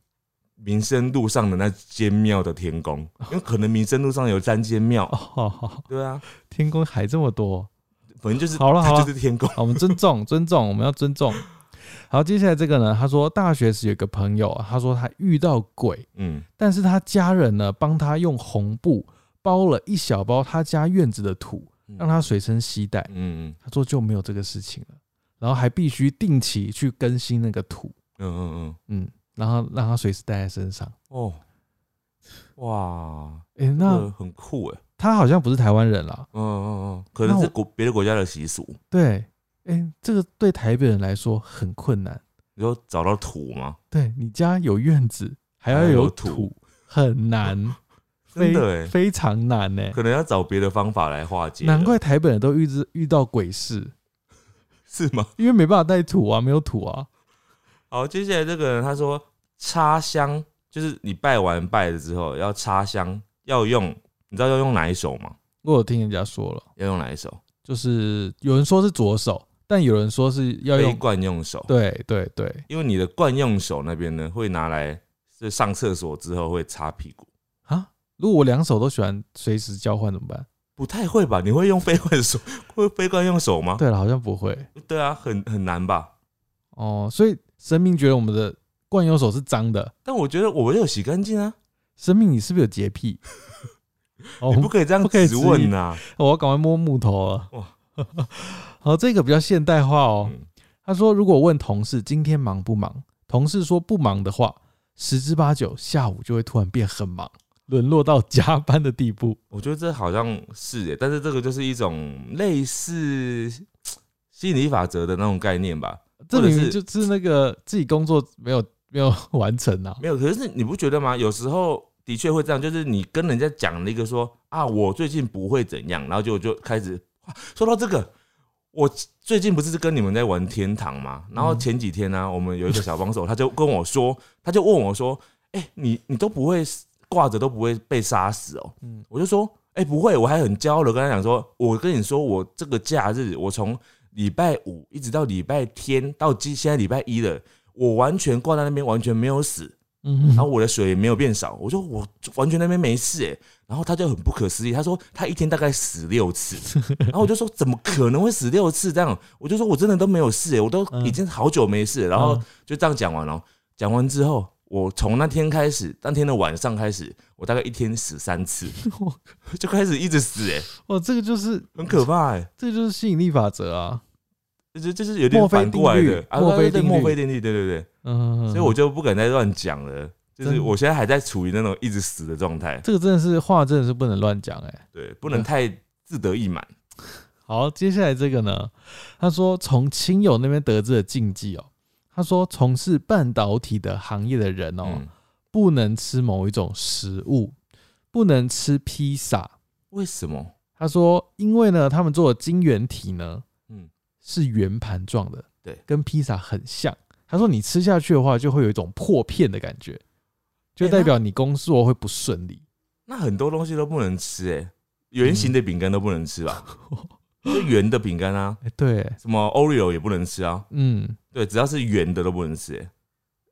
B: 民生路上的那间庙的天公，因为可能民生路上有三间庙
A: 哦，，好好，
B: 对啊，
A: 天宫还这么多，
B: 反正就是
A: 好啊了
B: 他
A: 好了
B: 就是天公。
A: 好，我们尊重 尊重，我们要尊重。好，接下来这个呢，他说大学时有个朋友啊，他说他遇到鬼，
B: 嗯，
A: 但是他家人呢帮他用红布包了一小包他家院子的土，让他随身携带。
B: 嗯
A: 他说就没有这个事情了，然后还必须定期去更新那个土，
B: 嗯嗯嗯嗯，
A: 嗯，然后让他随时带在身上。
B: 哦，哇，
A: 诶，
B: 那、
A: 那
B: 很酷哎，
A: 他好像不是台湾人啦，
B: 嗯嗯嗯，可能
A: 那
B: 是
A: 我
B: 国别的国家的习俗。
A: 对，诶，这个对台北人来说很困难。
B: 你说找到土吗？
A: 对你家有院子，还要有
B: 还要有哦
A: 土，很难，非
B: 真的哎，
A: 非常难呢、
B: 可能要找别的方法来化解了。
A: 难怪台北人都遇之遇到鬼事，
B: 是吗？
A: 因为没办法带土啊，没有土啊。
B: 好，接下来这个人他说插香，就是你拜完拜了之后要插香，要用，你知道要用哪一手吗？
A: 我有听人家说了，
B: 要用哪一手？
A: 就是有人说是左手，但有人说是要
B: 非
A: 用，
B: 惯用手，
A: 对对对，
B: 因为你的惯用手那边呢会拿来是上厕所之后会擦屁股，
A: 啊，如果我两手都喜欢随时交换怎么办？
B: 不太会吧？你会用非惯手， 会非惯用手吗？
A: 对了，好像不会
B: 对啊，很很难吧？
A: 哦，所以神明觉得我们的惯用手是脏的，
B: 但我觉得我有洗干净啊，
A: 神明你是不是有洁癖？哦，
B: 你不可以这样
A: 不可以
B: 质
A: 质疑
B: 问呐、
A: 我要赶快摸木头了。
B: 哇
A: 哇，好，这个比较现代化哦。
B: 嗯
A: 他说，如果问同事今天忙不忙，同事说不忙的话，十之八九下午就会突然变很忙，沦落到加班的地步。
B: 我觉得这好像是耶，但是这个就是一种类似心理法则的那种概念吧。
A: 这
B: 或者
A: 明明
B: 是
A: 就是那个自己工作没有 没有完成啊。
B: 没有，可是你不觉得吗？有时候的确会这样，就是你跟人家讲了一个说啊，我最近不会怎样，然后就就开始哇说到这个，我最近不是跟你们在玩天堂吗？然后前几天呢、我们有一个小帮手，他就跟我说，他就问我说，哎、你你都不会挂着都不会被杀死哦？
A: 嗯
B: 我就说，哎、不会，我还很骄傲的跟他讲说，我跟你说，我这个假日，我从礼拜五一直到礼拜天，到今现在礼拜一了。我完全挂在那边，完全没有死，
A: 嗯
B: 然后我的水也没有变少，我说我完全那边没事哎、然后他就很不可思议，他说他一天大概死六次， 然后我就说怎么可能会死六次这样？我就说我真的都没有事哎、我都
A: 嗯
B: 已经好久没事了，然后
A: 嗯
B: 就这样讲完了、讲完之后，我从那天开始，当天的晚上开始，我大概一天死三次， 就开始一直死哎、
A: 哇，这个就是
B: 很可怕哎、
A: 这个就是吸引力法则啊。
B: 就是就是有点反过来
A: 墨菲定律，
B: 的啊
A: 墨菲
B: 对
A: 定律
B: 墨菲定律，对对对，
A: 嗯，
B: 所以我就不敢再乱讲了，就是
A: 真的
B: 我现在还在处于那种一直死的状态。
A: 这个真的是话真的是不能乱讲哎、
B: 对，不能太自得意满。
A: 好，接下来这个呢？他说从亲友那边得知的禁忌哦。他说从事半导体的行业的人哦，
B: 嗯，
A: 不能吃某一种食物，不能吃披萨，
B: 为什么？
A: 他说，因为呢，他们做的晶圆体呢，嗯
B: 嗯，
A: 是圆盘状的，
B: 对
A: 跟披萨很像。他说，你吃下去的话，就会有一种破片的感觉，就
B: 诶
A: 代表你工作会不顺利。
B: 那很多东西都不能吃、欸，哎，圆形的饼干都不能吃吧？就圆的饼干啊，
A: 哎，对，
B: 什么 Oreo 也不能吃啊，
A: 嗯，
B: 对，只要是圆的都不能吃、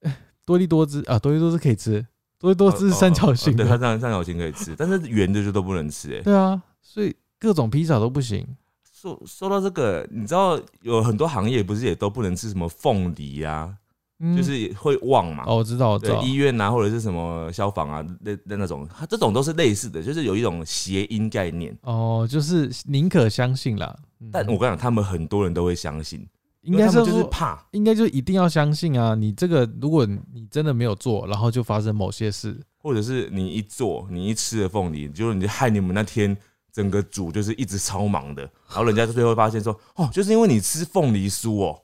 B: 欸。
A: 多利多汁啊，多利多汁可以吃，多利多汁是三角形
B: 哦哦哦对，它
A: 的，
B: 三三角形可以吃，但是圆的就都不能吃、欸。哎，
A: 对啊，所以各种披萨都不行。
B: 说说到这个，你知道有很多行业不是也都不能吃什么凤梨啊，
A: 嗯
B: 就是会旺嘛。
A: 哦，我知道，我知
B: 对
A: 道，
B: 医院啊，或者是什么消防啊，那那那种，它这种都是类似的，就是有一种谐音概念。
A: 哦，就是宁可相信啦。嗯
B: 但我跟你讲，他们很多人都会相信，
A: 应该
B: 因为他
A: 是
B: 们就是
A: 说
B: 怕，
A: 应该就一定要相信啊！你这个，如果你真的没有做，然后就发生某些事，
B: 或者是你一做，你一吃了凤梨，就是你害你们那天整个组就是一直超忙的，然后人家最后发现说， 哦，就是因为你吃凤梨酥哦，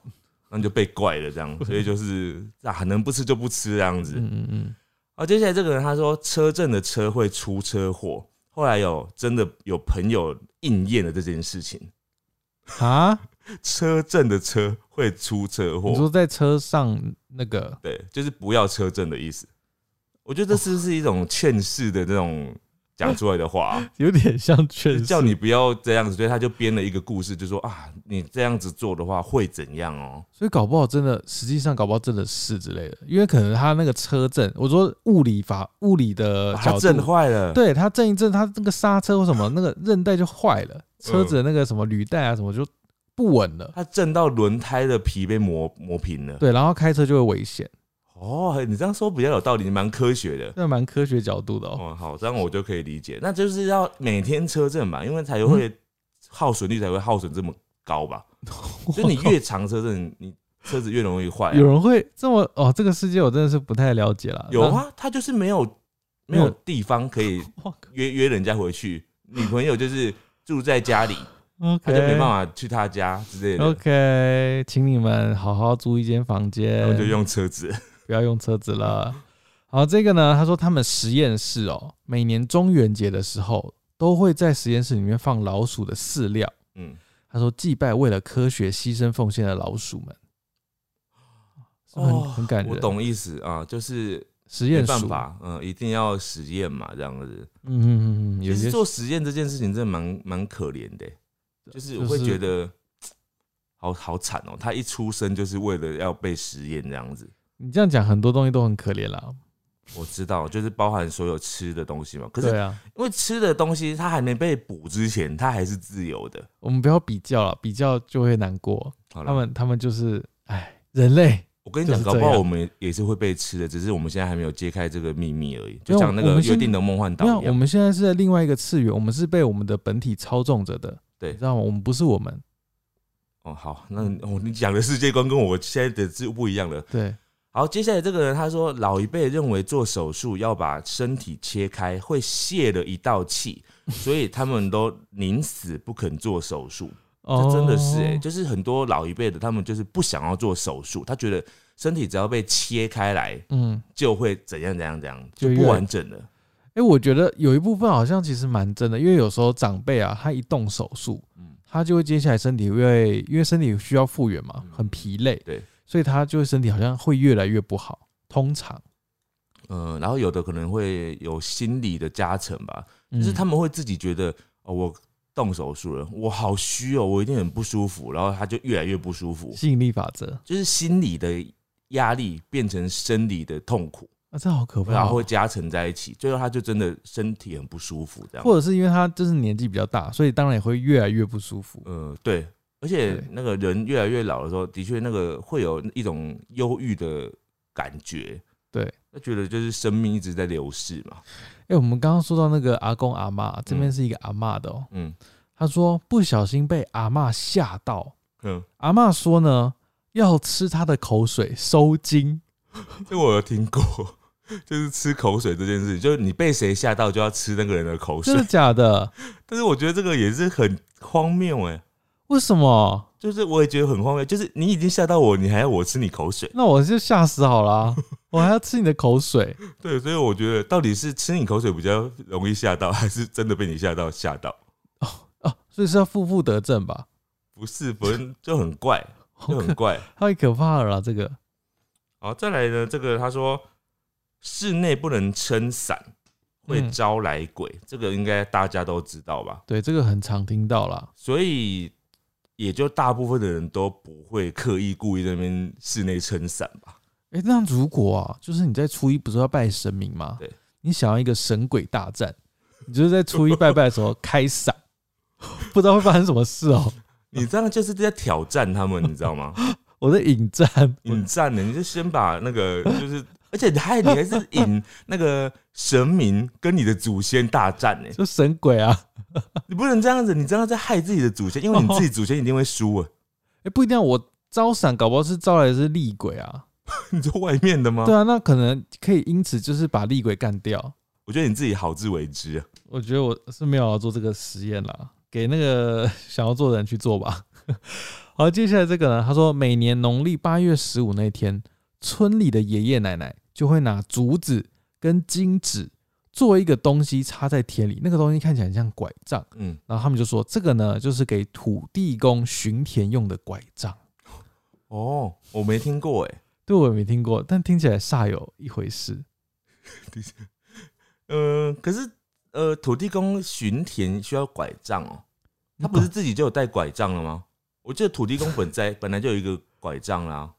B: 那你就被怪了 这样，所以就是啊，能不吃就不吃这样子。
A: 嗯嗯 嗯，
B: 啊，接下来这个人他说车震的车会出车祸，后来有真的有朋友应验了这件事情，
A: 啊，
B: 车震的车会出车
A: 你说
B: 祸，
A: 在车上那个，
B: 对，就是不要车震的意思。我觉得这是不是一种劝世的那种讲出来 的话啊、
A: 有点像劝
B: 就叫你，不要这样子，所以他就编了一个故事，就说啊，你这样子做的话会怎样哦？
A: 所以搞不好真的，实际上搞不好真的是之类的，因为可能他那个车震，我说物理法物理的
B: 把
A: 呃角
B: 他震
A: 度，
B: 坏了，，
A: 对他震一震，他那个刹车或什么那个韧带就坏了，车子的那个什么履带啊什么就不稳了，
B: 他震到轮胎的皮被磨磨平了。
A: 对，然后开车就会危 险，
B: 哦，你这样说比较有道理，蛮科学的。
A: 这蛮科学角度的哦。
B: 哦，好，这样我就可以理解。那就是要每天车震嘛，因为才
A: 嗯
B: 会耗损率才会耗损这么 高吧？所以你越长车震，你车子越容易坏啊、
A: 有人会这么哦？这个世界我真的是不太了解了。
B: 有啊，他就是没有
A: 嗯没
B: 没有
A: 有地
B: 地方可以约 约人家回去，女朋友就是住在家 里，
A: 啊，OK，
B: 他就没办法去他家之类的，
A: OK，请你们好好租一间房间
B: 然，后就用 车子。
A: 不要用车子了。好，这个呢，他说他们实验室哦，每年中元节的时候都会在实验室里面放老鼠的饲料。
B: 嗯，
A: 他说祭拜为了科学牺牲奉献的老鼠们，是不是很、很感人。
B: 哦我懂意思啊，就是
A: 实
B: 没
A: 验
B: 办
A: 鼠，
B: 法，嗯，一定要实验嘛，这样子。
A: 嗯嗯嗯嗯，有
B: 其
A: 些
B: 实做实验这件事情真的蛮蛮可怜的欸、就是我会
A: 就是
B: 觉得。好好惨哦！他一出生就是为了要被实验这样子，
A: 你这样讲，很多东西都很可怜啦。
B: 我知道，就是包含所有吃的东西嘛。可是
A: 对啊，
B: 因为吃的东西它还没被捕之前，它还是自由的。
A: 我们不要比较了，比较就会难过。
B: 好
A: 他
B: 了，
A: 们他们就是，哎，人类
B: 我跟你讲，
A: 就是
B: 搞
A: 这
B: 不好
A: 样
B: 我们也是会被吃的，只是我们现在还没有揭开这个秘密而已。
A: 没有
B: 就像那
A: 我
B: 个
A: 们现
B: 约定的梦幻岛
A: 没有，
B: 一
A: 我
B: 样，
A: 们现在是在另外一个次元，我们是被我们的本体操纵着的，
B: 对
A: 你知道吗？我们不是我们，
B: 哦，好，那哦，你讲的世界观跟我现在的是不一样的。
A: 对，
B: 好，接下来这个人他说，老一辈认为做手术要把身体切开会泄了一道 气，所以他们都宁死不肯做手术。
A: 哦
B: 这真的是哎、就是很多老一辈的他们就是不想要做手术，他觉得身体只要被切开来，
A: 嗯，
B: 就会怎样怎样怎样，
A: 就
B: 就
A: 越
B: 不完整了。
A: 哎、我觉得有一部分好像其实蛮真的，因为有时候长辈啊，他一动手术，
B: 嗯
A: 他就会接下来身体会，因为身体需要复原嘛，
B: 嗯
A: 很疲累，
B: 对，
A: 所以他就身体好像会越来越不好，通常，
B: 嗯、然后有的可能会有心理的加成吧，
A: 嗯
B: 就是他们会自己觉得哦，我动手术了，我好虚哦，我一定很不舒服，然后他就越来越不舒服，
A: 吸引力法则
B: 就是心理的压力变成生理的痛苦，
A: 啊，这好可
B: 然
A: 怕
B: 后
A: 哦、
B: 会加成在一起，最后他就真的身体很不舒服这样。
A: 或者是因为他就是年纪比较大，所以当然也会越来越不舒服。
B: 嗯，对，而且
A: 对
B: 那个人越来越老的时候，的确那个会有一种忧郁的感觉。
A: 对，
B: 他觉得就是生命一直在流逝嘛。
A: 哎、我们刚刚说到那个阿公阿妈，这边
B: 嗯
A: 是一个阿妈的哦、
B: 嗯
A: 他说不小心被阿嬷吓到，
B: 嗯，
A: 阿嬷说呢要吃她的口水收精，
B: 这我有听过， 就是吃口水这件事，就是你被谁吓到就要吃那个人的口水
A: 真的。假的？
B: 但是我觉得这个也是很荒谬哎、
A: 为什么？
B: 就是我也觉得很荒谬，就是你已经吓到我，你还要我吃你口水？
A: 那我就吓死好啦，我还要吃你的口水？
B: 对，所以我觉得到底是吃你口水比较容易吓到，还是真的被你吓到吓到？
A: 哦哦，所以是要负负得正吧？
B: 不是，不是就很怪，
A: 好
B: 就很
A: 可
B: 怪。
A: 太可怕了啦，这个
B: 好，再来呢，这个他说室内不能撑伞，会
A: 嗯
B: 招来鬼，这个应该大家都知道吧？
A: 对这个很常听到啦。
B: 所以也就大部分的人都不会刻意故意在那边室内撑伞吧？
A: 哎、那如果啊，就是你在初一不是要拜神明吗？
B: 对，
A: 你想要一个神鬼大战，你就是在初一拜拜的时候开伞， 不知道会发生什么事哦、
B: 你这样就是在挑战他们，你知道 吗？
A: 我在引战，
B: 引战呢，你就先把那个就是，而且你还你还是引那个神明跟你的祖先大战呢，
A: 就神鬼啊，哦
B: 你不能这样子，你这样在害自己的祖先，因为你自己祖先一定会输啊。
A: 哎、不一定啊，我招伞，搞不好是招来的是厉鬼啊。
B: 你说外面的吗？
A: 对啊，那可能可以因此就是把厉鬼干掉。
B: 我觉得你自己好自为之啊。
A: 我觉得我是没有要做这个实验啦，给那个 想要做的人去做吧。 好，接下来这个呢，他说每年农历八月十五那天，村里的爷爷奶奶就会拿竹子跟金纸做一个东西插在田里，那个东西看起来很像拐杖，
B: 嗯，
A: 然后他们就说这个呢就是给土地公巡田用的拐杖。
B: 哦，我没听过 哎、
A: 对我也没听过，但听起来煞有一回事。
B: 呃，可是呃，土地公巡田需要拐杖哦，他不是自己就有带拐杖了吗？我记得土地公本在 本来就有一个拐杖啦。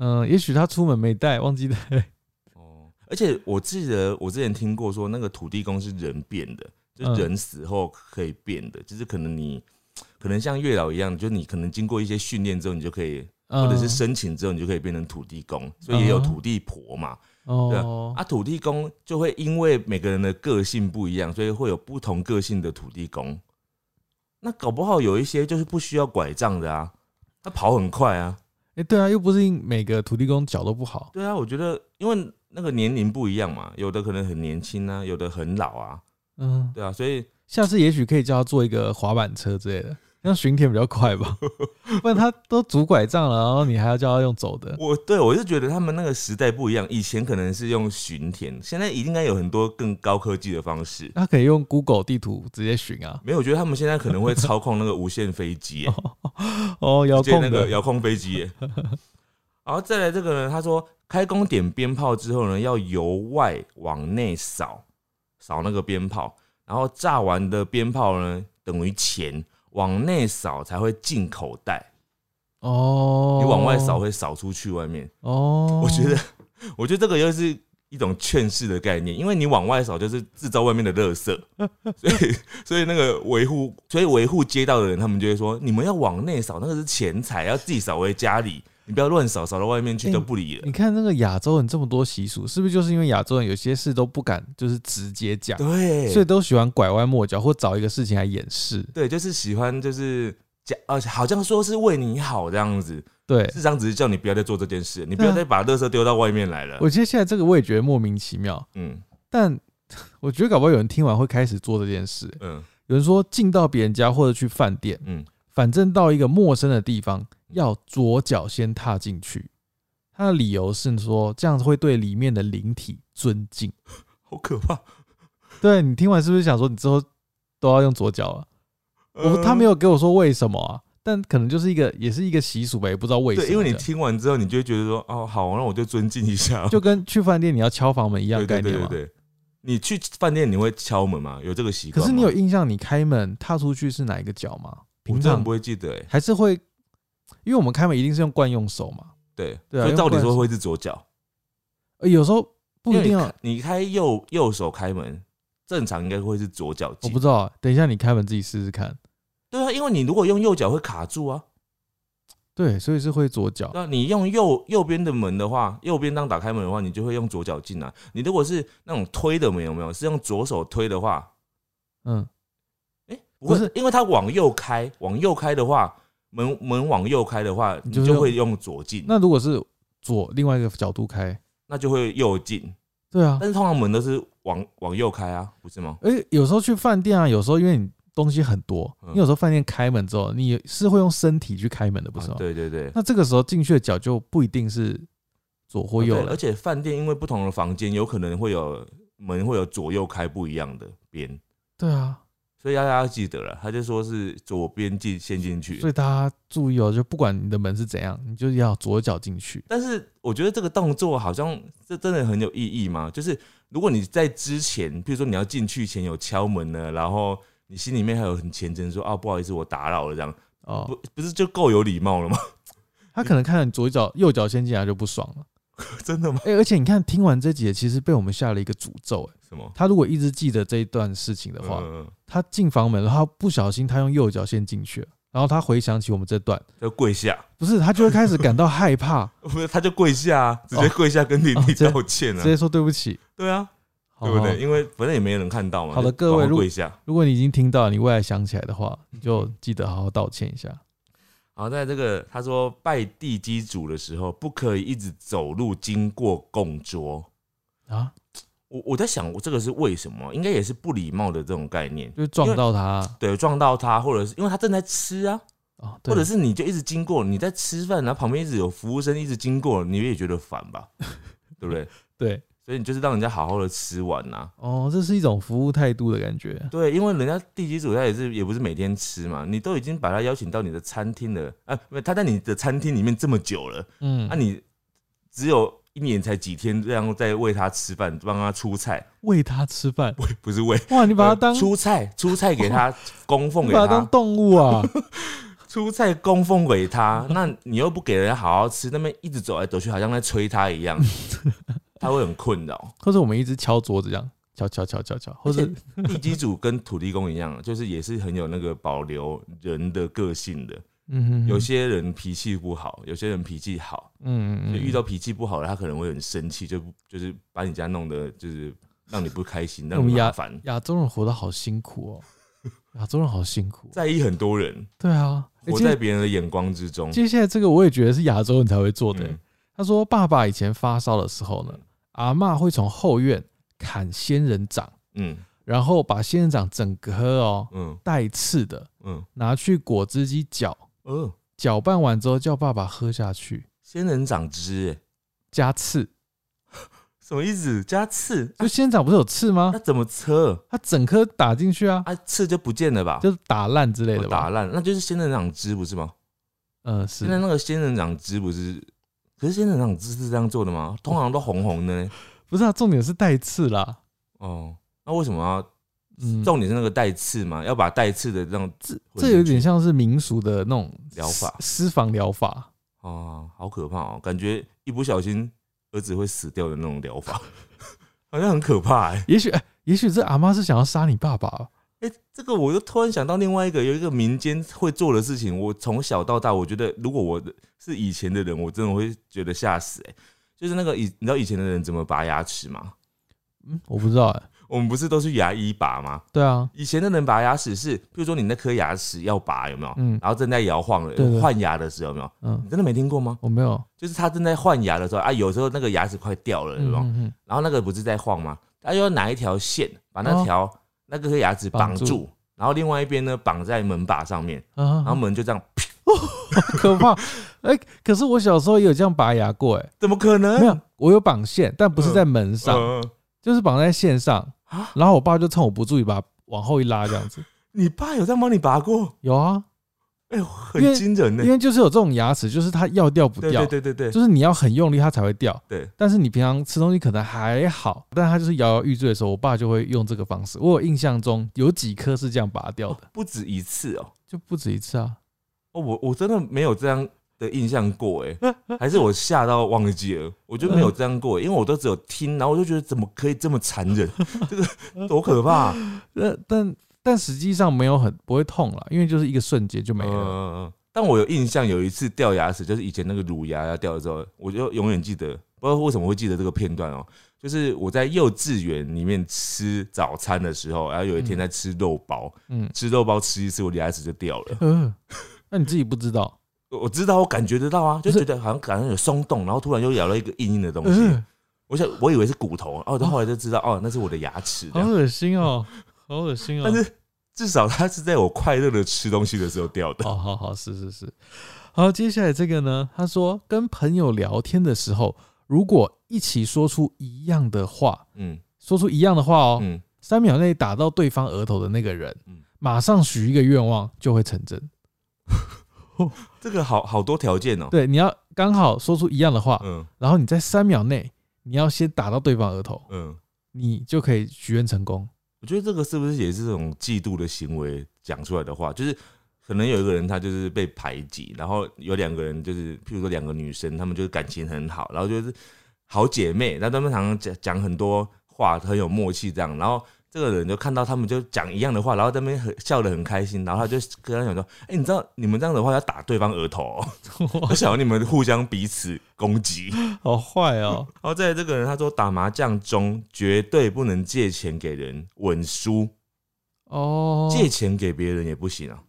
A: 嗯、也许他出门没带，忘记带。
B: 哦，而且我记得我之前听过说，那个土地公是人变的，就
A: 嗯
B: 人死后可以变的，就是可能你可能像月老一样，就你可能经过一些训练之后，你就可以，或者是申请之后，你就可以变成土地公，所以也有
A: 嗯
B: 土地婆嘛。
A: 嗯哦，
B: 啊，土地公就会因为每个人的个性不一样，所以会有不同个性的土地公。那搞不好有一些就是不需要拐杖的啊，他跑很快啊。
A: 哎、对啊，又不是每个土地公脚都不好。
B: 对啊，我觉得因为那个年龄不一样嘛，有的可能很年轻啊，有的很老啊，
A: 嗯，
B: 对啊，所以
A: 下次也许可以叫他做一个滑板车之类的，这样巡田比较快 吧。不然他都拄拐杖了，然后你还要叫他用走的。
B: 我对我就觉得他们那个时代不一样，以前可能是用巡田，现在应该有很多更高科技的方式。
A: 他可以用 Google 地图直接巡啊。
B: 没有，我觉得他们现在可能会 操控那个无线飞机、欸
A: 哦，遥
B: 接
A: 控
B: 那
A: 的，
B: 个遥控飞 机耶。然后再来这个呢，他说开工点鞭炮之后呢，要由外往内扫扫那个鞭炮，然后炸完的鞭炮呢等于钱，往内扫才会进口袋，
A: 哦，
B: 你往外扫。会扫出去外面。
A: 哦，
B: 我觉得，我觉得这个又是一种劝世的概念，因为你往外扫就是制造外面的垃圾，所以所以那个维护，所以维护街道的人，他们就会说，你们要往内扫，那个是钱财，要自己扫回家里，你不要乱扫，扫到外面去都不理了。
A: 你看那个亚洲人这么多习俗，是不是就是因为亚洲人有些事都不敢就是直接讲，
B: 对，
A: 所以都喜欢拐弯抹角或找一个事情来掩饰？
B: 对，就是喜欢就是讲，呃，好像说是为你好这样子，
A: 对
B: 事，实上只是叫你不要再做这件事，你不
A: 对啊
B: 要再把垃圾丢到外面来了
A: 我。觉得现在这个我也觉得莫名其妙。
B: 嗯
A: 但 我觉得搞不好有人听完会开始做这件事。
B: 嗯
A: 有人说进到别人家或者去饭店，
B: 嗯，
A: 反正到一个陌生的地方，要左脚先踏进去。他的理由是说这样会对里面的灵体尊敬。
B: 好可怕。
A: 对你听完是不是想说你之后都要用左脚啊？我不他没
B: 有。
A: 有给我说为什么啊，但可能就是一个也是一个习俗呗，也不知道为什么
B: 对，
A: 这
B: 因
A: 样。
B: 为你听完之后，你就会觉得说，哦，好，那我就尊敬一下。
A: 就跟去饭店你要敲房门一样
B: 对
A: 概
B: 对
A: 念
B: 对
A: 嘛。
B: 对对，你去饭店你会敲门吗？有这个习
A: 可
B: 惯
A: 是
B: 吗？
A: 你有印象你开门踏出去是哪一个脚吗？
B: 我
A: 平
B: 真的
A: 常
B: 不会记得哎、欸。
A: 还是会，因为我们开门一定是用惯用手嘛，
B: 对，
A: 对啊
B: 所以
A: 因为
B: 照理
A: 不然
B: 说
A: 是
B: 会是左脚，
A: 呃有时候不一定
B: 因为
A: 要，
B: 你开你开右右手开门，正常应该会是左脚
A: 我
B: 进
A: 不。知道，等一下你开门自己试试看。
B: 对啊，因为你如果用右脚会卡住啊。
A: 对，所以是会左脚，
B: 那你用右右边的门的话，右边当打开门的话，你就会用左脚进来。你如果是那种推的门，有没有是用左手推的话，
A: 嗯，
B: 哎、不
A: 不
B: 会
A: 是
B: 因为它往右开，往右开的话，门门往右开的话，
A: 你
B: 你
A: 就是
B: 就会用左进，那
A: 那如果是左另外一个角度开，
B: 那就会右进。
A: 对啊，
B: 但是通常门都是往往右开啊，不是吗？
A: 而且有时候去饭店啊，有时候因为你东西很多，
B: 嗯
A: 你有时候饭店开门之后，你是会用身体去开门的，不是吗哦
B: 啊？对对对，
A: 那这个时候进去的脚就不一定是左或右
B: 哦对而
A: 了，
B: 且饭店因为不同的房间，有可能会有门会有左右开不一样的边。
A: 对啊，
B: 所以丫丫要记得了，他就说是左边进先进去
A: 所。以大家注意哦，就不管你的门是怎样，你就要左脚进去。
B: 但是我觉得这个动作好像这真的很有意义吗？就是如果你在之前，譬如说你要进去前有敲门了，然后你心里面还有很虔诚说啊不好意思我打扰了这样，
A: 哦，
B: 不不是就够有礼貌了吗？
A: 他可能看到你左脚、右脚先进来就不爽了。
B: 真的吗？
A: 哎、而且你看，听完这集，其实被我们下了一个诅咒、哎，
B: 什么？
A: 他如果一直记得这一段事情的话，
B: 嗯
A: 他进房门，然后不小心他用右脚先进去了，然后他回想起我们这段，
B: 要跪下，
A: 不是他就会开始感到害怕，
B: 不是他就跪下啊，直接跪下跟你
A: 哦
B: 你
A: 直接
B: 道歉
A: 直
B: 啊，
A: 接说对不起，
B: 对啊，
A: 好
B: 对不对？
A: 好
B: 因为反正也没人看到嘛。
A: 好的
B: 就
A: 各位
B: 赶快
A: 如
B: 跪下。
A: 如果你已经听到，你未来想起来的话，你就记得好好道歉一下。
B: 好，在这个他说拜地基主的时候，不可以一直走路经过供桌。
A: 啊，
B: 我我在想，我这个是为什么？应该也是不礼貌的这种概念。
A: 就是撞到他啊
B: 对，撞到他，或者是因为他正在吃啊，，
A: 哦对
B: 或者是你就一直经过，你在吃饭，然后旁边一直有服务生一直经过，你也觉得烦 吧，对不对？
A: 对
B: 所以你就是让人家好好的吃完呐、啊
A: 哦，这是一种服务态度的感觉。
B: 对，因为人家地基主他也是也不是每天吃嘛，你都已经把他邀请到你的餐厅了，啊，没有他在你的餐厅里面这么久了，
A: 嗯，
B: 那、你只有一年才几天这样在喂他吃饭，帮他出菜，
A: 喂他吃饭，
B: 喂不是喂，
A: 哇，你把他当
B: 呃出菜，出菜给他供奉
A: 你
B: 给
A: 把他当
B: 他，
A: 动物啊？
B: 出菜供奉给他，那你又不给人家好好吃，那边一直走来走去，好像在催他 一样，他会很困扰。
A: 或者我们一直敲桌子这样，敲敲敲敲敲，或者
B: 而地基主跟土地公一样，就是也是很有那个保留人的个性的。
A: 嗯哼哼
B: 有些人脾气不好，有些人脾气好，
A: 嗯
B: 就
A: 嗯嗯
B: 遇到脾气不好的，他可能会很生气，就不就是把你家弄得就是让你不开心，
A: 那
B: 让你
A: 我们压
B: 麻烦，
A: 亚洲人活得好辛苦 哦，亚洲人好辛苦。
B: 在意很多人，
A: 对啊，欸
B: 活在别人的眼光之中。
A: 接下来这个我也觉得是亚洲人才会做的欸、
B: 嗯
A: 他说，爸爸以前发烧的时候呢，阿嬷会从后院砍仙人掌，
B: 嗯
A: 然后把仙人掌整颗哦
B: 嗯
A: 带刺的
B: 嗯
A: 拿去果汁机搅，
B: 哦，
A: 搅拌完之后叫爸爸喝下去，
B: 仙人掌汁、欸，
A: 加刺。
B: 什么意思？加刺，
A: 就仙人掌不是有刺吗
B: 那？怎么测？
A: 它整颗打进去啊，
B: 啊，刺就不见了吧？
A: 就是打烂之类
B: 我
A: 的
B: 啊哦打
A: 吧？
B: 烂，那就是仙人掌汁不是吗？
A: 嗯，
B: 现在
A: 是
B: 那个仙人掌汁不是？可是仙人掌汁是这样做的吗？通常都红红的呢。
A: 不是啊？重点是带刺啦。
B: 哦，那为什么要
A: 嗯，
B: 重点是那个带刺嘛，要把带刺的这种
A: 这
B: 混
A: 这有
B: 进去
A: 点像是民俗的那种
B: 疗法
A: 私私房疗法。
B: 哦，好可怕哦，感觉一不小心儿子会死掉的那种疗法， 好像很可怕哎、欸。
A: 也许，哎也许这阿妈是想要杀你爸爸吧。
B: 哎、这个我又突然想到另外一个，有一个民间会做的事情，我从小到大，我觉得如果我的是以前的人，我真的会觉得吓死哎、就是那个以你知道以前的人怎么拔牙齿吗？
A: 嗯，我不知道哎、
B: 我们不是都去牙医拔吗？
A: 对啊，
B: 以前的人拔牙齿是，比如说你那颗牙齿要拔有没有？
A: 嗯
B: 然后正在摇晃
A: 对对
B: 了，换牙的时候有没有？你
A: 嗯，
B: 真的没听过吗？
A: 我没有。
B: 就是他正在换牙的时候啊，有时候那个牙齿快掉了，
A: 嗯
B: 对吧？
A: 嗯嗯
B: 然后那个不是在晃吗？他又要拿一条线把那条、那个牙齿绑
A: 哦绑
B: 住
A: 住，
B: 然后另外一边呢绑在门把上面，
A: 啊，
B: 然后门就这样，
A: 可怕！哎、可是我小时候也有这样拔牙过、欸，
B: 怎么可能？
A: 哎，没有，嗯我有绑线，但不是在门上，
B: 呃
A: 就是绑在线上
B: 啊。
A: 然后我爸就趁我不注意，把它往后一拉，这样子。
B: 你爸有这样帮你拔过？
A: 有啊，
B: 哎呦，
A: 因
B: 很
A: 为
B: 惊人呢、
A: 因为就是有这种牙齿，就是它要掉不
B: 对
A: 掉，
B: 对对对对，
A: 就是你要很用力它才会掉。
B: 对，
A: 但是你平常吃东西可能还好，但它就是摇摇欲坠的时候，我爸就会用这个方式。我有印象中有几颗是这样拔掉的，
B: 不止一次哦。
A: 就不止一次啊。
B: 哦，我我真的没有这样的印象过哎、 还是我吓到忘记了，我就没有这样过、因为我都只有听，然后我就觉得怎么可以这么残 忍，这个多可怕、啊
A: 呃，但但实际上没有很不会痛了，因为就是一个瞬间就没了。
B: 嗯但我有印象，有一次掉牙齿，就是以前那个乳牙要掉的时候，我就永远记得，不知道为什么会记得这个片段哦、就是我在幼稚园里面吃早餐的时候，然后有一天在吃肉包，
A: 嗯，
B: 吃肉包吃一次，我的牙齿就掉了。
A: 呃，那你自己不知 道？
B: 我我知道，我感觉得到啊，就
A: 不
B: 觉
A: 是
B: 得好像感觉有松动，然后突然又咬了一个硬硬的东西。
A: 呃，
B: 我想我以为是骨头，哦，但后来就知道，哦，那是我的牙齿。这
A: 好
B: 样
A: 恶心哦，好恶心哦。
B: 但是至少它是在我快乐的吃东西的时候掉的。
A: 哦好好好，是是是。好，接下来这个呢？他说跟朋友聊天的时候，如果一起说出一样的话，
B: 嗯
A: 说出一样的话哦，
B: 嗯，
A: 三秒内打到对方额头的那个人，
B: 嗯
A: 马上许一个愿望就会成真。
B: 这个好好多条件哦、
A: 对，你要刚好说出一样的话，
B: 嗯
A: 然后你在三秒内，你要先打到对方额头，
B: 嗯，
A: 你就可以许愿成 功。
B: 我觉得这个是不是也是这种嫉妒的行为讲出来的话？就是可能有一个人他就是被排挤，然后有两个人就是，譬如说两个女生，她们就是感情很好，然后就是好姐妹，那她们常常讲讲很多话，很有默契这样，然后。这个人就看到他们就讲一样的话，然后在那边很笑得很开心，然后他就跟他讲说：“哎、你知道你们这样的话要打对方额头 哦、我想要你们互相彼此攻击。”
A: 好坏哦，
B: 然后再来这个人他说：“打麻将中绝对不能借钱给人，稳输。”
A: 哦，
B: 借钱给别人也不行啊。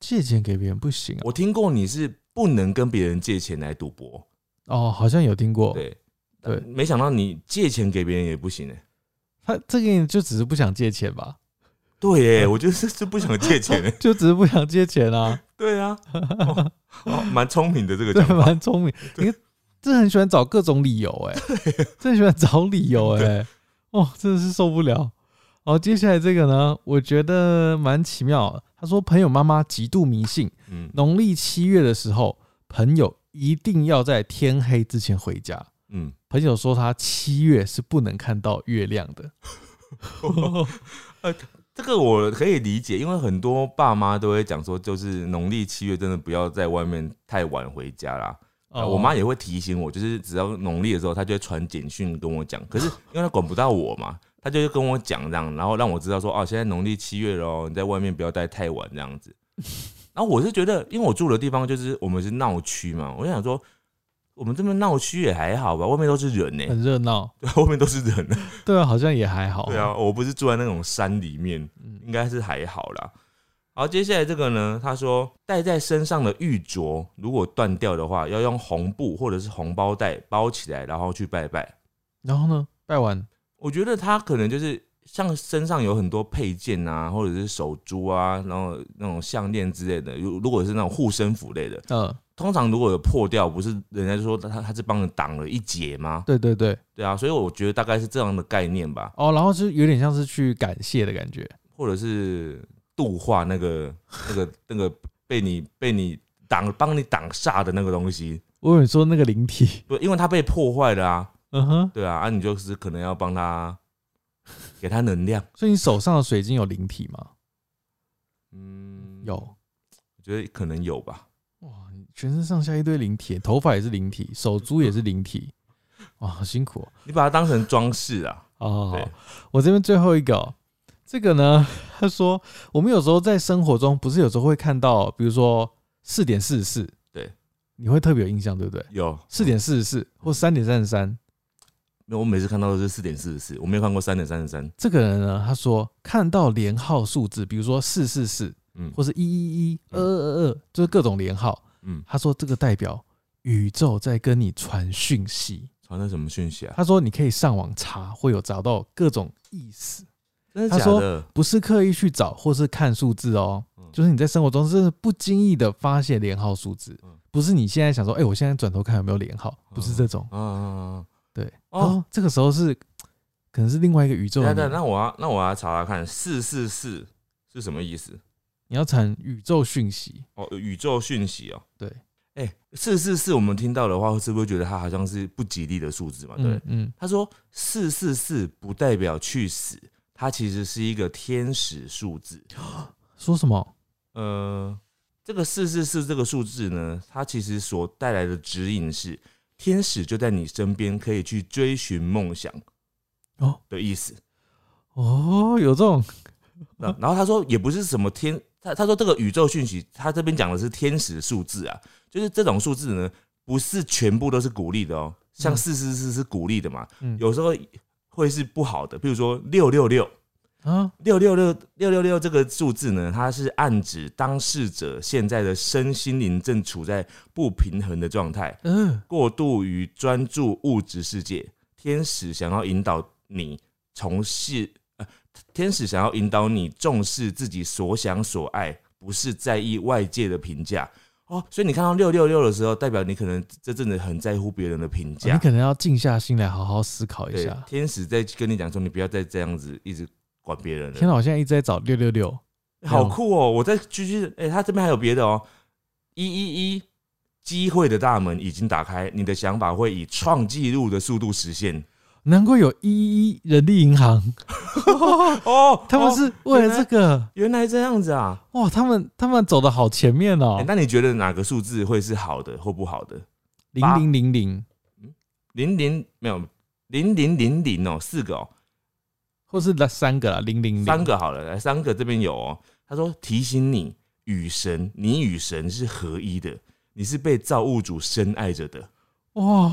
A: 借钱给别人不行啊。
B: 我听过你是不能跟别人借钱来赌博，
A: 哦，好像有听过。
B: 对
A: 对
B: 没想到你借钱给别人也不行哎、
A: 他这个人就只是不想借钱吧，
B: 对耶、我觉得这是不想借钱 哎、
A: 就只是不想借钱啊，
B: 对啊，哦哦蛮、聪明的这个
A: 对
B: 讲，法，
A: 蛮聪明。 你看，这很喜欢找各种理由、哎，这很喜欢找理由、哎，哦，真的是受不了。好，接下来这个呢，我觉得蛮奇妙的。他说，朋友妈妈极度迷信，
B: 嗯
A: 农历七月的时候，朋友一定要在天黑之前回家。
B: 嗯，
A: 朋友说他七月是不能看到月亮的。
B: 这个我可以理解，因为很多爸妈都会讲说，就是农历七月真的不要在外面太晚回家啦。
A: 哦
B: 啊我妈也会提醒我，就是只要农历的时候，她就会传简讯跟我讲。可是因为她管不到我嘛，她就会跟我讲这样，然后让我知道说，哦，现在农历七月了哦，你在外面不要待太晚这样子。然后我是觉得，因为我住的地方就是我们是闹区嘛，我就想说，我们这边闹区也还好吧，外面都是人呢、
A: 很热闹，
B: 对， 外面都是人。
A: 对啊，好像也还好。
B: 对啊，我不是住在那种山里面，
A: 嗯
B: 应该是还好啦。好，接下来这个呢？他说，戴在身上的玉镯如果断掉的话，要用红布或者是红包袋包起来，然后去拜拜。
A: 然后呢，拜完，
B: 我觉得他可能就是像身上有很多配件啊，或者是手珠啊，然后那种项链之类的。如如果是那种护身符类的，
A: 嗯，
B: 通常如果有破掉，不是人家就说他他是帮你挡了一劫吗？
A: 对对对，
B: 对啊，所以我觉得大概是这样的概念吧。
A: 哦，然后就有点像是去感谢的感觉，
B: 或者是度化那个 那个那个被你被你挡帮你挡煞的那个东西，
A: 我有你说那个灵体，
B: 对，因为它被破坏了啊，
A: 嗯哼，
B: 对啊，啊你就是可能要帮他给他能量，
A: 所以你手上的水晶有灵体吗？
B: 嗯，
A: 有，
B: 我觉得可能有吧，
A: 哇，你全身上下一堆灵体，头发也是灵体，手珠也是灵体，哇，好辛苦哦。
B: 你把它当成装饰啊，
A: 哦
B: 对，
A: 我这边最后一个、哦，这个呢，他说我们有时候在生活中不是有时候会看到，比如说四点四十四，
B: 对，
A: 你会特别有印象，对不对？
B: 有
A: 四点四十四或三点三十三，
B: 没有？我每次看到都是四点四十四，我没有看过三点三十三，
A: 这个人呢，他说看到连号数字，比如说四四四
B: 嗯
A: 或是一一一、二二二，就是各种连号，
B: 嗯，
A: 他说这个代表宇宙在跟你传讯息。
B: 传的什么讯息啊？
A: 他说你可以上网查，会有找到各种意思。
B: 真
A: 他
B: 的假
A: 说
B: 的？
A: 不是刻意去找或是看数字哦
B: 嗯，
A: 就是你在生活中真的不经意的发现连号数字
B: 嗯，
A: 不是你现在想说，哎、我现在转头看有没有连号，不是这种，
B: 啊啊啊啊
A: 对，
B: 哦
A: 哦，这个时候是可能是另外一个宇宙
B: 等一
A: 的
B: 下
A: 你，
B: 等一下那我要那我要查查看四四四是什么意思？
A: 你要产宇宙讯息，
B: 哦，宇宙讯息哦。
A: 对，
B: 哎、四四四，我们听到的话，是不是觉得它好像是不吉利的数字哦嘛？对，
A: 嗯嗯，
B: 他说四四四不代表去死，它其实是一个天使数字。
A: 说什么？
B: 呃，这个四四四这个数字呢，它其实所带来的指引是天使就在你身边，可以去追寻梦想
A: 哦
B: 的意思。
A: 哦，有这种嗯
B: 那然后他说也不是什么天，他他说这个宇宙讯息，他这边讲的是天使数字啊，就是这种数字呢，不是全部都是鼓励的哦，像
A: 嗯
B: 四四四是鼓励的嘛，
A: 嗯
B: 有时候会是不好的，比如说六六六。
A: 啊，
B: 六六六六六六这个数字呢，它是暗指当事者现在的身心灵正处在不平衡的状态，
A: 嗯、
B: 过度于专注物质世界，天使想要引导你从事，呃，天使想要引导你重视自己所想所爱，不是在意外界的评价。哦，所以你看到六六六的时候，代表你可能这阵子很在乎别人的评
A: 哦你
B: 价。
A: 可能要静下心来好好思考一
B: 对
A: 下，。
B: 天使在跟你讲说，你不要再这样子一直管别人
A: 天
B: 了。
A: 哪，我现在一直在找六六六，
B: 好酷哦！我再继续，哎、他这边还有别的哦。一一一，机会的大门已经打开，你的想法会以创纪录的速度实现。
A: 难怪有一一人力银行，
B: 哦，
A: 他们
B: 哦
A: 是为了这个，
B: 原来这样子啊！
A: 哇，他们他们走的好前面
B: 哎、
A: 哦，
B: 那你觉得哪个数字会是好的或不好的？
A: 零零零零，
B: 零零没有零零零零哦，四个哦，
A: 或是那三个啦，零零零
B: 三个好了，来三个这边有哦。他说提醒你，与神，你与神是合一的，你是被造物主深爱着 的，
A: 哇，哦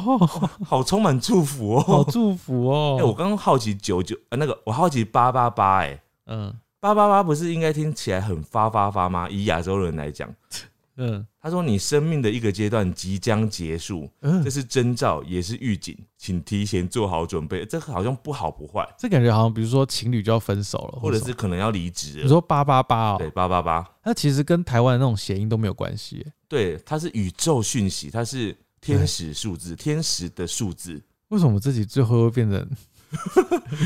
B: 好充满祝福哦。
A: 好祝福
B: 哎、我
A: 哦，
B: 刚刚好奇九九呃那个，我好奇八八八哎，
A: 嗯
B: 八八八不是应该听起来很发发发吗？以亚洲人来讲，
A: 嗯
B: 他说你生命的一个阶段即将结束，这
A: 嗯，
B: 是征兆，也是预警，请提前做好准备。这好像不好不坏，
A: 这感觉好像比如说情侣就要分手了，
B: 或者是
A: 什么
B: 可能要离职
A: 你
B: 了。
A: 说八八八
B: 对，
A: 哦，
B: 八八八，
A: 那其实跟台湾的那种谐音都没有关系耶，
B: 对，它是宇宙讯息，它是天使数字，天使的数字。
A: 为什么自己最后会变 成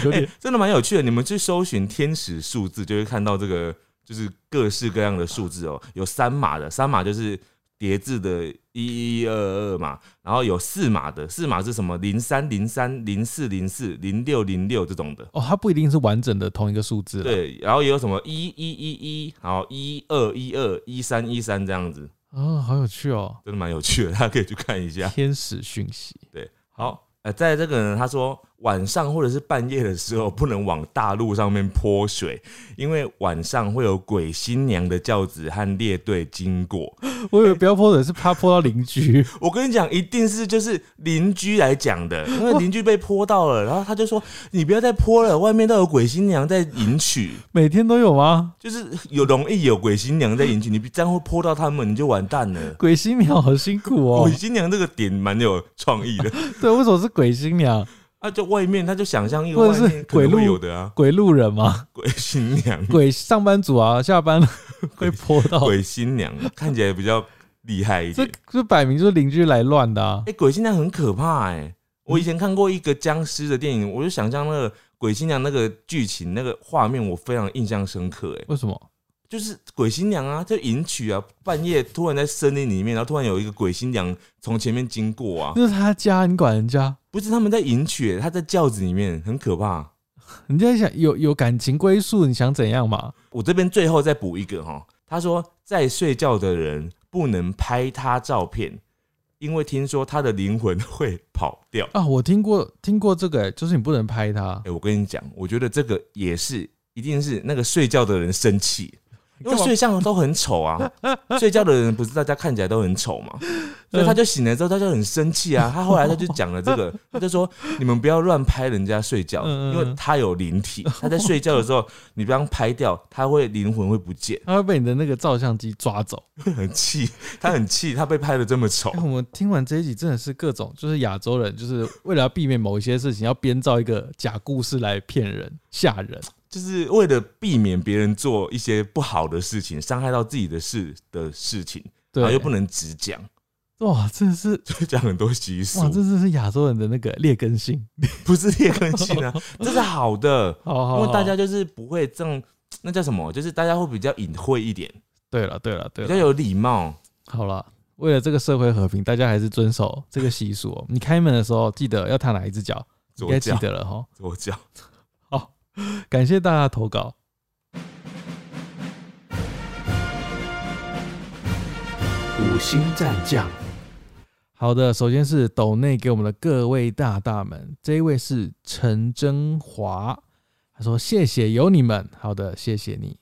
A: 有
B: 哎、
A: 点
B: 真的蛮有趣的。你们去搜寻天使数字，就会看到这个，就是各式各样的数字哦。有三码的，三码就是叠字的一一二二嘛。然后有四码的，四码是什么？零三零三零四零四零六零六这种的。
A: 哦，它不一定是完整的同一个数字，，
B: 对，啊然后也有什么一一一一，然后一二一二一三一三这样子，
A: 啊，好有趣 哦，
B: 真的蛮有趣的，大家可以去看一下。
A: 天使讯息，
B: 对， 好，呃，在这个呢，他说晚上或者是半夜的时候不能往大路上面泼水，因为晚上会有鬼新娘的轿子和列队经过。
A: 我以为不要泼的是怕泼到邻居，
B: 我跟你讲，一定是就是邻居来讲 的，因为邻居被泼到了，然后他就说你不要再泼了，外面都有鬼新娘在迎娶，
A: 每天都有吗？
B: 就是有容易有鬼新娘在迎娶，你这样会泼到他们，你就完蛋了。
A: 鬼新娘好辛苦哦
B: 鬼，新娘这个点蛮有 创意的，
A: 对，为什么是鬼新娘？
B: 啊，就外面他就想象一个
A: 或者
B: 外
A: 是
B: 面可
A: 鬼
B: 能会
A: 路
B: 有的啊，
A: 鬼路人 吗？
B: 鬼新娘。
A: 鬼上班族啊，下班会泼到，
B: 鬼新娘看起来比较厉害一
A: 哦这
B: 点。
A: 这摆明就是邻居来乱的啊
B: 哎、！鬼新娘很可怕
A: 嗯
B: 哎、我以前看过一个僵尸的电影，我就想象那个鬼新娘那个剧情、那个画面，我非常印象深刻哎、
A: 为什么？
B: 就是鬼新娘啊，就迎娶啊，半夜突然在森林里面，然后突然有一个鬼新娘从前面经过啊，
A: 那是他家，你管人家？
B: 不是他们在迎娶、欸，她在轿子里面，很可怕。
A: 人家想有有感情归宿，你想怎样嘛？
B: 我这边最后再补一个哈，他说在睡觉的人不能拍他照片，因为听说他的灵魂会跑掉。
A: 啊，我听过听过这个、欸，就是你不能拍他
B: 哎、，我跟你讲，我觉得这个也是，一定是那个睡觉的人生气，因为
A: 干嘛
B: 睡觉都很丑 啊。睡觉的人不是大家看起来都很丑嘛，
A: 嗯
B: 所以他就醒了之后，他就很生气啊。他后来他就讲了 这个，他就说你们不要乱拍人家睡觉，
A: 嗯嗯
B: 因为他有灵体，他在睡觉的时候你不让拍掉，他会灵魂会不见，
A: 他会被你的那个照相机抓走。
B: 很气，他很气，他被拍的这么丑
A: 哎、。我们听完这一集，真的是各种就是亚洲人，就是为了要避免某一些事情，要编造一个假故事来骗人、吓人。
B: 就是为了避免别人做一些不好的事情，伤害到自己的事的事情，
A: 对，
B: 啊然后又不能只讲，
A: 哇，真的是
B: 就讲很多习俗
A: 哇，，这真是亚洲人的那个劣根性。
B: 不是劣根 性啊，这是好的，
A: 好好
B: 因
A: 好，
B: 为大家就是不会这样，那叫什么？就是大家会比较隐晦一点，
A: 对了，对了，对
B: 比较
A: 了，
B: 有礼貌。
A: 好了。为了这个社会和平，大家还是遵守这个习俗、哦。你开门的时候，记得要踏哪一只脚，应
B: 左
A: 该记
B: 脚，
A: 得了哈。
B: 左脚，
A: 感谢大家的投稿。
C: 五星战将，
A: 好的，首先是斗内给我们的各位大大们，这一位是陈真华，他说谢谢有你们，好的，谢谢你。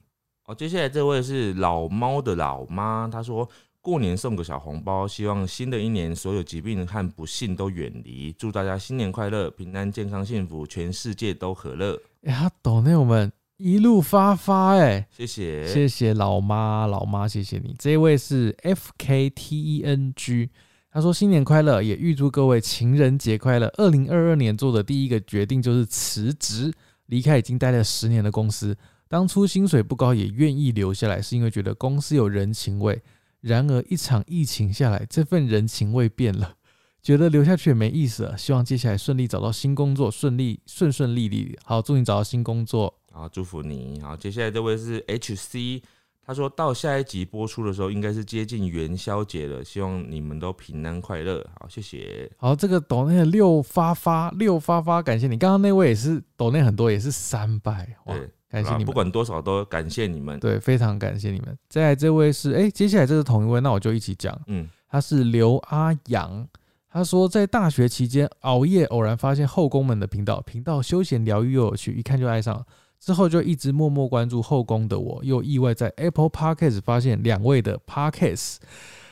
B: 哦，接下来这位是老猫的老妈，她说过年送个小红包，希望新的一年所有疾病和不幸都远离，祝大家新年快乐、平安、健康、幸福，全世界都和乐。
A: 哎、他斗内我们一路发发、
B: 谢谢，
A: 哎，谢谢老妈，老妈，谢谢你。这一位是 F K T E N G，他说新年快乐，也预祝各位情人节快乐。二零二二年做的第一个决定就是辞职，离开已经待了十年的公司。当初薪水不高，也愿意留下来，是因为觉得公司有人情味。然而一场疫情下来，这份人情味变了，觉得留下去也没意思了。希望接下来顺利找到新工作，顺利顺顺利利。好，祝你找到新工作。
B: 好，祝福你。好，接下来这位是 H C，他说到下一集播出的时候，应该是接近元宵节了，希望你们都平安快乐。好，谢谢。
A: 好，这个抖内的六发发六发发，感谢你。刚刚那位也是抖内很多，也是三百，哇
B: 对，
A: 感谢
B: 好啦
A: 你们。
B: 不管多少都感谢你们。
A: 对，非常感谢你们。再来这位是，哎、接下来这是同一位，那我就一起讲。
B: 嗯，
A: 他是刘阿阳，他说在大学期间熬夜，偶然发现后宫们的频道，频道休闲疗愈又有趣，一看就爱上了。之后就一直默默关注后宫的我，又意外在 Apple Podcast 发现两位的 Podcast。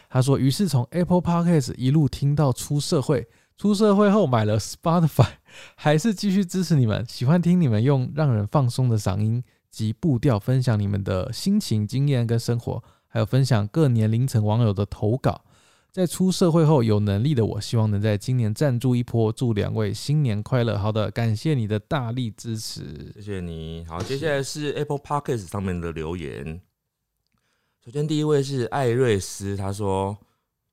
A: 他说，于是从 Apple Podcast 一路听到出社会，出社会后买了 Spotify，还 是继续支持你们，喜欢听你们用让人放松的嗓音及步调分享你们的心情、经验跟生活，还有分享各年龄层网友的投稿。在出社会后有能力的我，希望能在今年赞助一波，祝两位新年快乐。好的，感谢你的大力支持。
B: 谢谢你好，接下来是 Apple Podcast 上面的留言。首先第一位是艾瑞斯，他说：“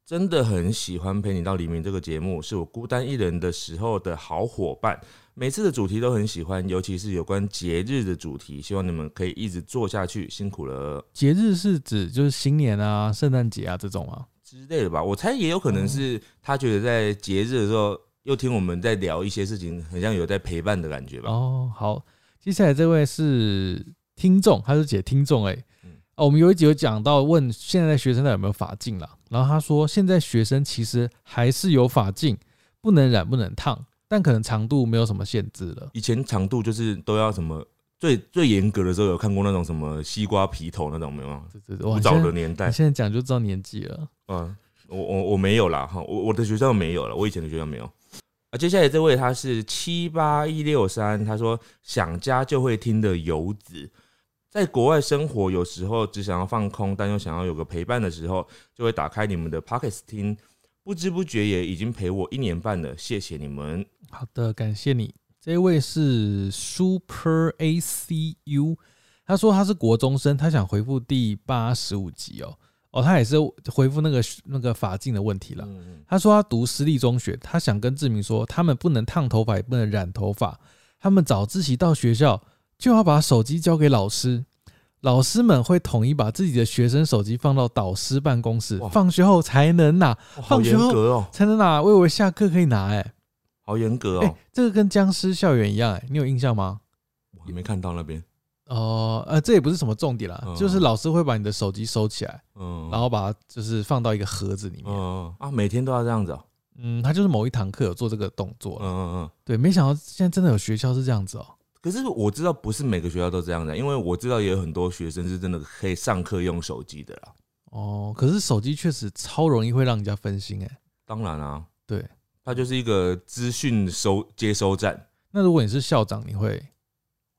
B: 真的很喜欢《陪你到黎明》这个节目，是我孤单一人的时候的好伙伴。每次的主题都很喜欢，尤其是有关节日的主题，希望你们可以一直做下去，辛苦了
A: 节日是指就是新年啊、圣诞节啊这种啊。
B: 之类的吧。”我猜也有可能是他觉得在节日的时候，又听我们在聊一些事情，很像有在陪伴的感觉吧。
A: 哦，好，接下来这位是听众，他是姐听众哎、
B: 嗯
A: 哦，我们有一集有讲到问现在的学生到底有没有法镜啦，然后他说现在学生其实还是有法镜，不能染不能烫，但可能长度没有什么限制了。
B: 以前长度就是都要什么最最严格的时候，有看过那种什么西瓜皮头那种没有？
A: 这这
B: 嗯古
A: 哇，
B: 早
A: 现
B: 的
A: 在
B: 年代
A: 你，现在讲就知道年纪了。
B: 嗯，我我我没有啦哈，我我的学校没有了，我以前的学校没有。啊，接下来这位他是七八一六三，他说想家就会听的游子，在国外生活，有时候只想要放空，但又想要有个陪伴的时候，就会打开你们的 Pockets 听，不知不觉也已经陪我一年半了，谢谢你们。
A: 好的，感谢你。这位是 Super A C U，他说他是国中生，他想回复第八十五集哦。哦，他也是回复那个那个法镜的问题了。
B: 嗯
A: 他说他读私立中学，他想跟志明说，他们不能烫头发，也不能染头发，他们早自习到学校就要把手机交给老师，老师们会统一把自己的学生手机放到导师办公室
B: 哇，
A: 放学后才能拿，
B: 嗯，好严格哦、
A: 才能拿。我以为下课可以拿、欸，哎、
B: 好严格哦、
A: 这个跟僵尸校园一样、欸，你有印象吗？
B: 我还没看到那边。
A: 哦、呃，这也不是什么重点啦，
B: 嗯
A: 就是老师会把你的手机收起来，
B: 嗯，
A: 然后把它就是放到一个盒子里面。
B: 嗯啊，每天都要这样子、哦。
A: 嗯，他就是某一堂课有做这个动作
B: 嗯
A: 啦。
B: 嗯嗯。
A: 对，没想到现在真的有学校是这样子哦、
B: 可是我知道不是每个学校都这样的，啊因为我知道也有很多学生是真的可以上课用手机的啦。
A: 哦，可是手机确实超容易会让人家分心哎、
B: 当然啊，
A: 对，
B: 它就是一个资讯收接收站，
A: 那如果你是校长，你会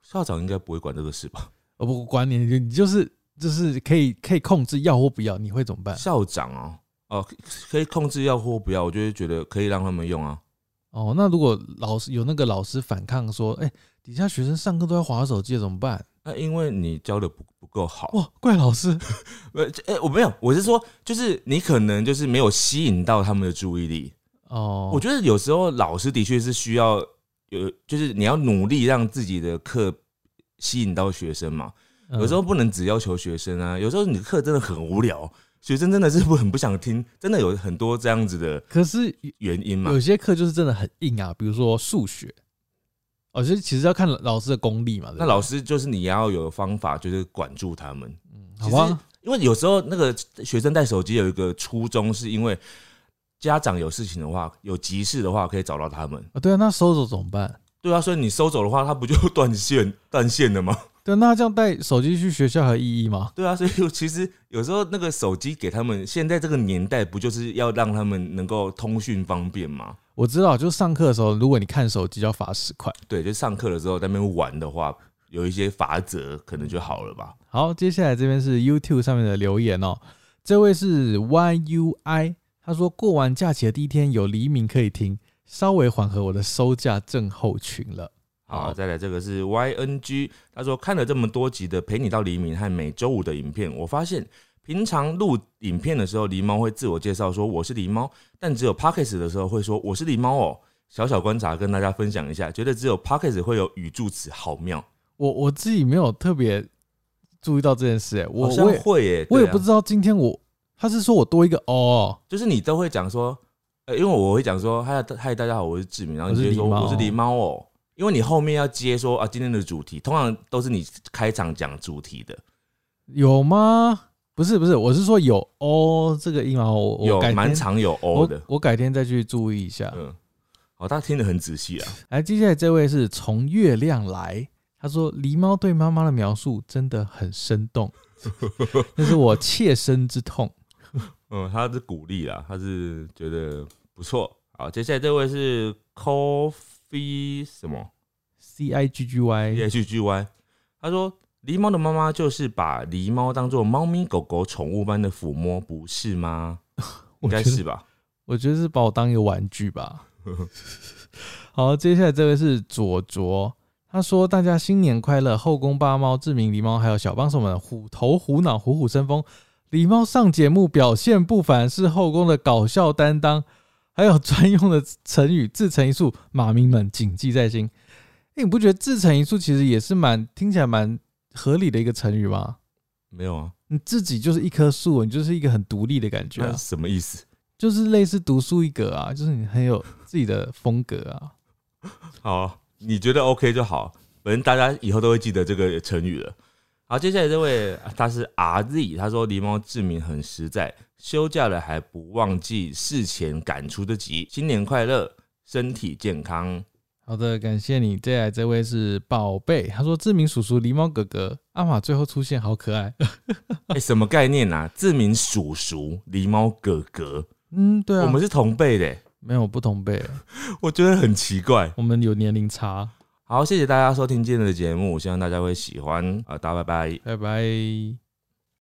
B: 校长应该不会管这个事吧？
A: 我不管你，你你就是就是可以可以控制要或不要，你会怎么办？
B: 校长哦、哦、可可以控制要或不要，我就会觉得可以让他们用啊。
A: 哦，那如果老师有那个老师反抗说，哎、底下学生上课都在划手机怎么办？
B: 那因为你教的不不够好，
A: 哇，怪老师
B: 呃，哎、我没有，我是说，就是你可能就是没有吸引到他们的注意力，
A: 哦，
B: 我觉得有时候老师的确是需要有，就是你要努力让自己的课吸引到学生嘛。
A: 得
B: 有时候不能只要求学生啊，有时候你的课真的很无聊，学生真的是不很不想听，真的有很多这样子的
A: 可是
B: 原因嘛
A: 有。些课就是真的很硬啊，比如说数学，哦，就是其实要看老师的功力嘛。对不
B: 那
A: 对
B: 老师就是你要有方法，就是管住他们，
A: 好
B: 其实
A: 吧，
B: 因为有时候那个学生带手机有一个初衷，是因为家长有事情的话，有急事的话可以找到他们。
A: 啊，对啊，那收走怎么办？
B: 对啊，所以你收走的话，他不就断线断线了吗？
A: 对啊，那这样带手机去学校还有意义吗？
B: 对啊，所以其实有时候那个手机给他们，现在这个年代不就是要让他们能够通讯方便吗？
A: 我知道，就上课的时候，如果你看手机，要罚十块。
B: 对，就上课的时候在那边玩的话，有一些法则可能就好了吧。
A: 好，接下来这边是 YouTube 上面的留言哦，这位是 YUI，他说过完假期的第一天有黎明可以听，稍微缓和我的收假症候群了。
B: 好，
A: 好
B: 再来这个是 YNG，他说看了这么多集的《陪你到黎明》和每周五的影片，我发现平常录影片的时候，狸猫会自我介绍说我是狸猫，但只有 Pockets 的时候会说我是狸猫哦。小小观察跟大家分享一下，觉得只有 Pockets 会有语助词，好妙。
A: 我我自己没有特别注意到这件事、欸，我
B: 好像
A: 我也
B: 会耶，
A: 我也
B: 对啊
A: 不知道今天我他是说我多一个哦，
B: 就是你都会讲说，呃，因为我会讲说，嗨嗨，大家好，我是志明，然后你就会说
A: 我是狸猫
B: 我是狸猫哦，因为你后面要接说啊，今天的主题通常都是你开场讲主题的，
A: 有吗？不是不是，我是说有哦这个音啊，我
B: 有
A: 我改
B: 蛮
A: 天
B: 常有哦
A: 我
B: 的，
A: 我改天再去注意一下。
B: 嗯，好，大家听得很仔细啊，
A: 来，接下来这位是从月亮来，他说狸猫对妈妈的描述真的很生动， 那是我切身之痛。
B: 嗯，他是鼓励啦，他是觉得不错。好，接下来这位是 Coffee 什么
A: C I G G Y，
B: H G Y，他说。狸猫的妈妈就是把狸猫当做猫咪、狗狗宠物般的抚摸，不是吗？应
A: 我觉
B: 该
A: 得
B: 是吧。
A: 我觉得是把我当一个玩具吧。 好，接下来这位是左卓，他说：“大家新年快乐！后宫八猫、志明狸猫还有小帮手们虎头虎脑、虎虎生风。狸猫上节目表现不凡，是后宫的搞笑担当，还有专用的成语自成一术，马民们谨记在心。哎、你不觉得自成一术其实也是蛮听起来蛮合理的一个成语吗？
B: 没有啊，
A: 你自己就是一棵树，你就是一个很独立的感觉、啊
B: 那。什么意思？
A: 就是类似独树一格啊，就是你很有自己的风格啊。
B: 好，你觉得 OK 就好，反正大家以后都会记得这个成语了。好，接下来这位啊他是 RZ，他说狸猫志明很实在，休假了还不忘记事前赶出的集，新年快乐，身体健 康。
A: 好的，感谢你。接下来这位是宝贝，他说：“志明叔叔、狸猫哥哥、阿玛最后出现，好可爱。
B: 哎、什么概念啊？志明叔叔，狸猫哥哥，”
A: 嗯，对啊，
B: 我们是同辈的欸，
A: 没有不同辈，
B: 我觉得很奇怪。
A: 我们有年龄差。
B: 好，谢谢大家收听今天的节目，希望大家会喜欢啊、呃大家拜拜。
A: 拜拜。